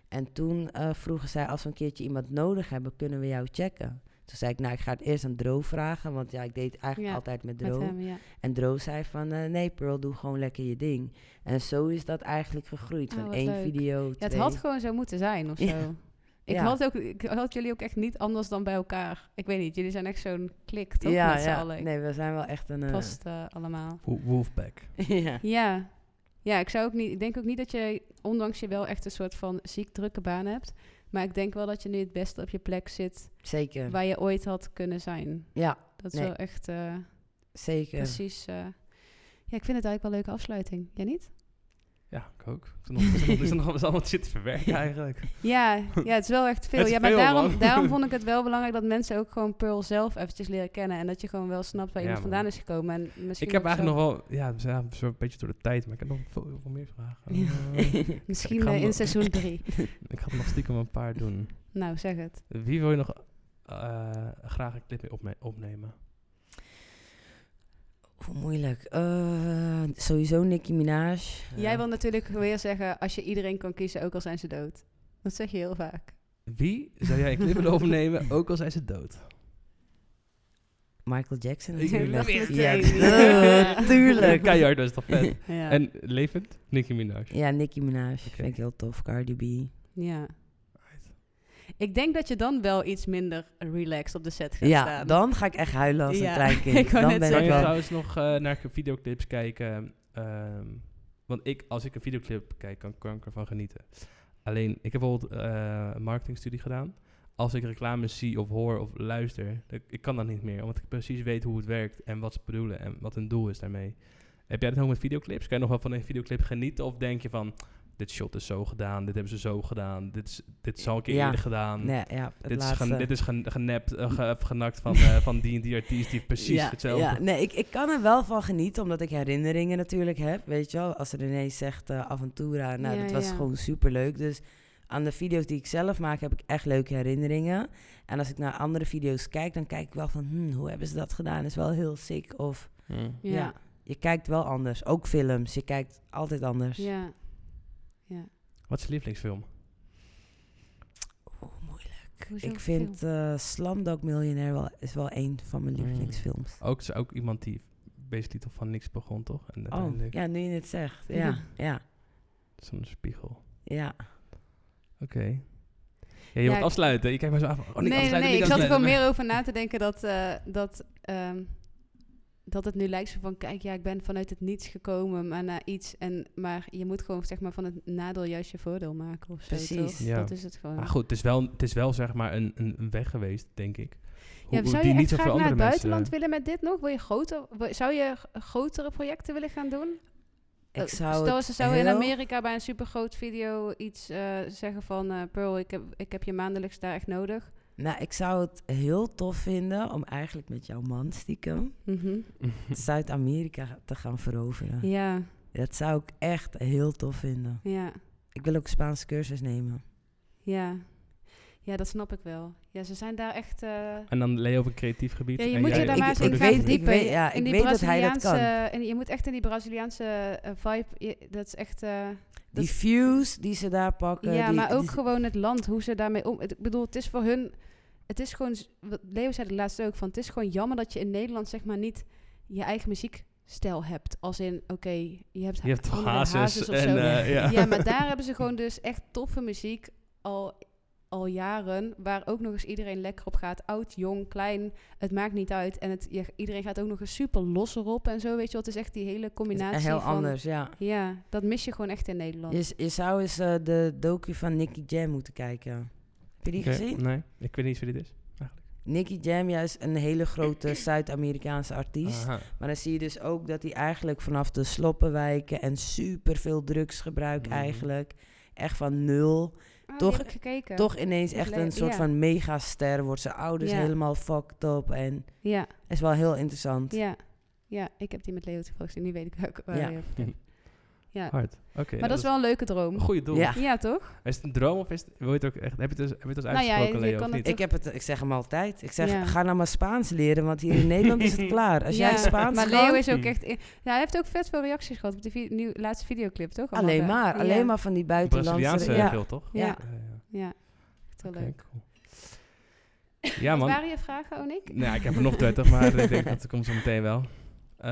En toen eh, vroegen zij, als we een keertje iemand nodig hebben, kunnen we jou checken? Toen zei ik, nou, ik ga het eerst aan Dro vragen, want ja, ik deed het eigenlijk Ja, altijd met Met Dro. hem, ja. En Dro zei van, eh, nee Pearl, doe gewoon lekker je ding. En zo is dat eigenlijk gegroeid, Ah, van wat één leuk. video, ja, twee. het had gewoon zo moeten zijn of zo. Ja. Ik, Ja. had ook, ik had jullie ook echt niet anders dan bij elkaar. Ik weet niet, jullie zijn echt zo'n klik, toch? ja, met z'n ja. allen. nee, we zijn wel echt een... eh, Past eh, allemaal. Wolfpack. [laughs] ja. Ja. Ja, ik zou ook niet. Ik denk ook niet dat je, ondanks je wel echt een soort van ziek drukke baan hebt. Maar ik denk wel dat je nu het beste op je plek zit Zeker, waar je ooit had kunnen zijn. Ja, Dat is nee. wel echt eh, zeker. precies. eh, ja, ik vind het eigenlijk wel een leuke afsluiting. Jij niet? Ja, ik ook. [laughs] Er is nog- er is nog- er is nog wel wat shit te verwerken eigenlijk. [laughs] Ja, ja, het is wel echt veel. Het is Ja, maar veel, daarom, man. daarom [laughs] vond ik het wel belangrijk dat mensen ook gewoon Pearl zelf eventjes leren kennen. En dat je gewoon wel snapt waar Ja, iemand man. vandaan is gekomen. En misschien Ik heb ook zo- eigenlijk nog wel... Ja, we zijn een soort beetje door de tijd, maar ik heb nog veel, heel veel meer vragen. Eh, [laughs] Misschien ik ga eh, hem in nog- seizoen [laughs] drie. ik had nog stiekem een paar doen. nou, zeg het. Wie wil je nog eh, graag een clip mee opne- opnemen? Hoe moeilijk. Eh, sowieso Nicki Minaj. Jij Eh, Ja. wil natuurlijk weer zeggen, als je iedereen kan kiezen, ook al zijn ze dood. Dat zeg je heel vaak. Wie zou jij een clip willen opnemen, ook al zijn ze dood? Michael Jackson Ik wil natuurlijk. het Ja, meteen. duh, [laughs] tuurlijk. Keihard, dat is toch vet? Ja. En levend? Nicki Minaj. Ja, Nicki Minaj. Vind ik heel tof. Cardi B. ja. Ik denk dat je dan wel iets minder relaxed op de set gaat ja, staan. dan ga ik echt huilen als Ja, een klein kind. [laughs] ik wou dan net ben Zou ik zeggen. je wel... trouwens nog eh, naar videoclips kijken? Ehm, want ik, als ik een videoclip kijk, kan, kan ik ervan genieten. Alleen, ik heb bijvoorbeeld eh, een marketingstudie gedaan. Als ik reclames zie of hoor of luister, dan- ik kan dat niet meer. Omdat ik precies weet hoe het werkt en wat ze bedoelen en wat hun doel is daarmee. Heb jij dat ook met videoclips? Kan je nog wel van een videoclip genieten? Of denk je van, dit shot is zo gedaan, dit hebben ze zo gedaan, dit, is, dit is al een keer Ja. eerder gedaan. Nee, ja, het Dit is, laatste. gen- dit is gen- genept, eh, ge- [laughs] of genakt van, eh, van die en die artiest die precies ja, hetzelfde Ja, nee, ik, ik kan er wel van genieten, omdat ik herinneringen natuurlijk heb. Weet je wel, als René zegt eh, Aventura, nou, Ja, dat was ja. gewoon superleuk. Dus aan de video's die ik zelf maak, heb ik echt leuke herinneringen. En als ik naar andere video's kijk, dan kijk ik wel van, hmm, hoe hebben ze dat gedaan? Is wel heel sick. Of Hmm. ja. Ja. Ja. je kijkt wel anders. Ook films, je kijkt altijd anders. ja. Wat is je lievelingsfilm? Oeh, Oh, moeilijk. Hoezo Ik vind eh Slumdog Millionaire wel, is wel een van mijn Mm. lievelingsfilms. Ook, is ook iemand die basically toch van niks begon, toch? En Oh, uiteindelijk ja, nu je het zegt. Ja, ja, zo'n spiegel. ja. Oké. Ja, je Ja, moet ik- afsluiten. Je kijkt mij zo af. Oh, niet nee, nee, afsluiten, nee, niet ik zat er wel afsluiten. meer over na te denken dat... eh, dat ehm, dat het nu lijkt zo van, kijk, ja, ik ben vanuit het niets gekomen maar naar iets. En, maar je moet gewoon zeg maar, van het nadeel juist je voordeel maken of zo, Precies. toch? Ja. Dat is het gewoon. Maar goed, het is wel, het is wel zeg maar een, een, een weg geweest, denk ik. Hoe- ja, hoe zou die je niet echt zo graag voor naar andere het mensen- eh, buitenland willen met dit nog? Wil je groter, wil- zou je g- grotere projecten willen gaan doen? Ik Eh, zou Stel, het ze zouden in heel- Amerika bij een supergroot video iets eh, zeggen van... eh, Pearl, ik heb, ik heb je maandelijks daar echt nodig. Nou, ik zou het heel tof vinden om eigenlijk met jouw man [laughs] stiekem Zuid-Amerika te gaan veroveren. Ja, Dat zou ik echt heel tof vinden. ja, Ik wil ook Spaanse cursus nemen. ja. Ja, dat snap ik wel. Ja, ze zijn daar echt... eh, en dan leer je op een creatief gebied. Ja, je en moet jij je daar maar eens ik in weet- gaan ik verdiepen. weet- ja, In ik die weet dat hij dat kan. Braziliaanse- en je moet echt in die Braziliaanse eh, vibe... je- dat is echt... eh, Die views die ze daar pakken. ja, eh, die- maar ook die- gewoon het land, hoe ze daarmee om... het- Ik bedoel, het is voor hun... Het is gewoon... z- wat Leo zei het laatst ook, van het is gewoon jammer dat je in Nederland zeg maar niet je eigen muziekstijl hebt. Als in, oké, je hebt, Je hebt toch andere hazes of en zo. eh, [laughs] ja. ja. maar daar hebben ze gewoon dus echt toffe muziek al, al jaren. Waar ook nog eens iedereen lekker op gaat. Oud, jong, klein. Het maakt niet uit. En het, je- iedereen gaat ook nog eens super los erop en zo. Weet je wat? Het is echt die hele combinatie. Heel van, anders, ja. Ja, dat mis je gewoon echt in Nederland. Je, je zou eens eh, de docu van Nicky Jam moeten kijken. Heb je die Oké, gezien? Nee, ik weet niet wie dit is. Nicky Jam, juist een hele [clears throat] grote Zuid-Amerikaanse artiest. Aha. Maar dan zie je dus ook dat hij eigenlijk vanaf de sloppenwijken en superveel drugsgebruik Mhm. eigenlijk. Echt van nul. Ah, die toch- heb ik gekeken. Toch ineens Dus echt le- een soort ja. van megaster. Wordt zijn ouders Ja. helemaal fucked up. En Ja, is wel heel interessant. ja. Ja, ik heb die met Leo toevallig gezien. Nu weet ik welke. waar [laughs] Ja. je over hebt. ja. Hard. Oké. Maar dat is wel een leuke droom. een goede doel. Ja. Ja, toch? Is het een droom of is het, wil je het ook echt, heb je het als, heb je het als Nou ja, uitgesproken, je- je Leo, kan of het- niet? Ik, heb het, ik zeg hem altijd. Ik zeg, Ja. ga nou maar Spaans leren, want hier in Nederland is [laughs] het klaar. Als Ja, jij Spaans Hmm. Maar kan, Leo is ook echt... in- Ja, hij heeft ook vet veel reacties gehad op de vi- nieuw- laatste videoclip, toch? Allemaal alleen daar. maar. Ja. Alleen maar van die buitenlandse... Braziliaanse Ja, veel, toch? Ja. Ja, Ja, ja. ja. Echt heel Oké, leuk. cool. Ja, Wat man. waren je vragen, Onik? Nou, ja, ik heb er nog 30, maar ik denk dat komt zo meteen wel. Eh,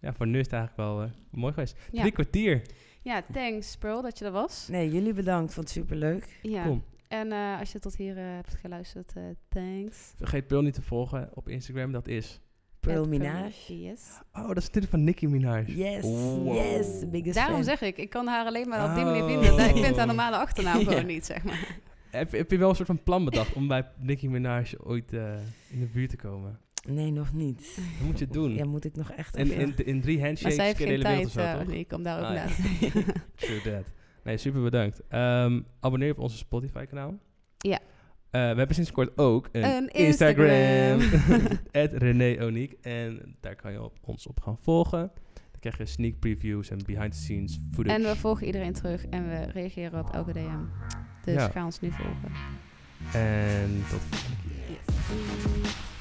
ja, voor nu is het eigenlijk wel eh, mooi geweest. Ja. Drie kwartier. Ja, thanks, Pearl, dat je er was. Nee, jullie bedankt. Vond het superleuk. Ja. Cool. En eh, als je tot hier eh, hebt geluisterd, eh, thanks. Vergeet Pearl niet te volgen op Instagram, dat is... Pearl At Minage. Yes. Oh, dat is natuurlijk van Nicki Minaj. Yes, Wow. yes. Biggest Daarom fan. zeg ik, ik kan haar alleen maar op die manier Oh. vinden. Ik [laughs] vind haar normale achternaam Ja. gewoon niet, zeg maar. Heb, heb je wel een soort van plan bedacht om bij Nicki Minaj ooit eh, in de buurt te komen? Nee, nog niet. Dat moet je doen. Ja, moet ik nog echt en even... in, in drie Maar handshakes zij heeft ken je de geen hele wereld of tijd, zo, eh, toch? Onik, om daar ook Ah, ja. naar te True that. Nee, super bedankt. Ehm, abonneer je op onze Spotify-kanaal. Ja. Eh, we hebben sinds kort ook een, Een Instagram. [laughs] Instagram. At René Oniek. En daar kan je op, ons op gaan volgen. Dan krijg je sneak previews en behind-the-scenes footage. En we volgen iedereen terug en we reageren op elke DM. Dus Ja. ga ons nu volgen. En tot de volgende keer. Yes.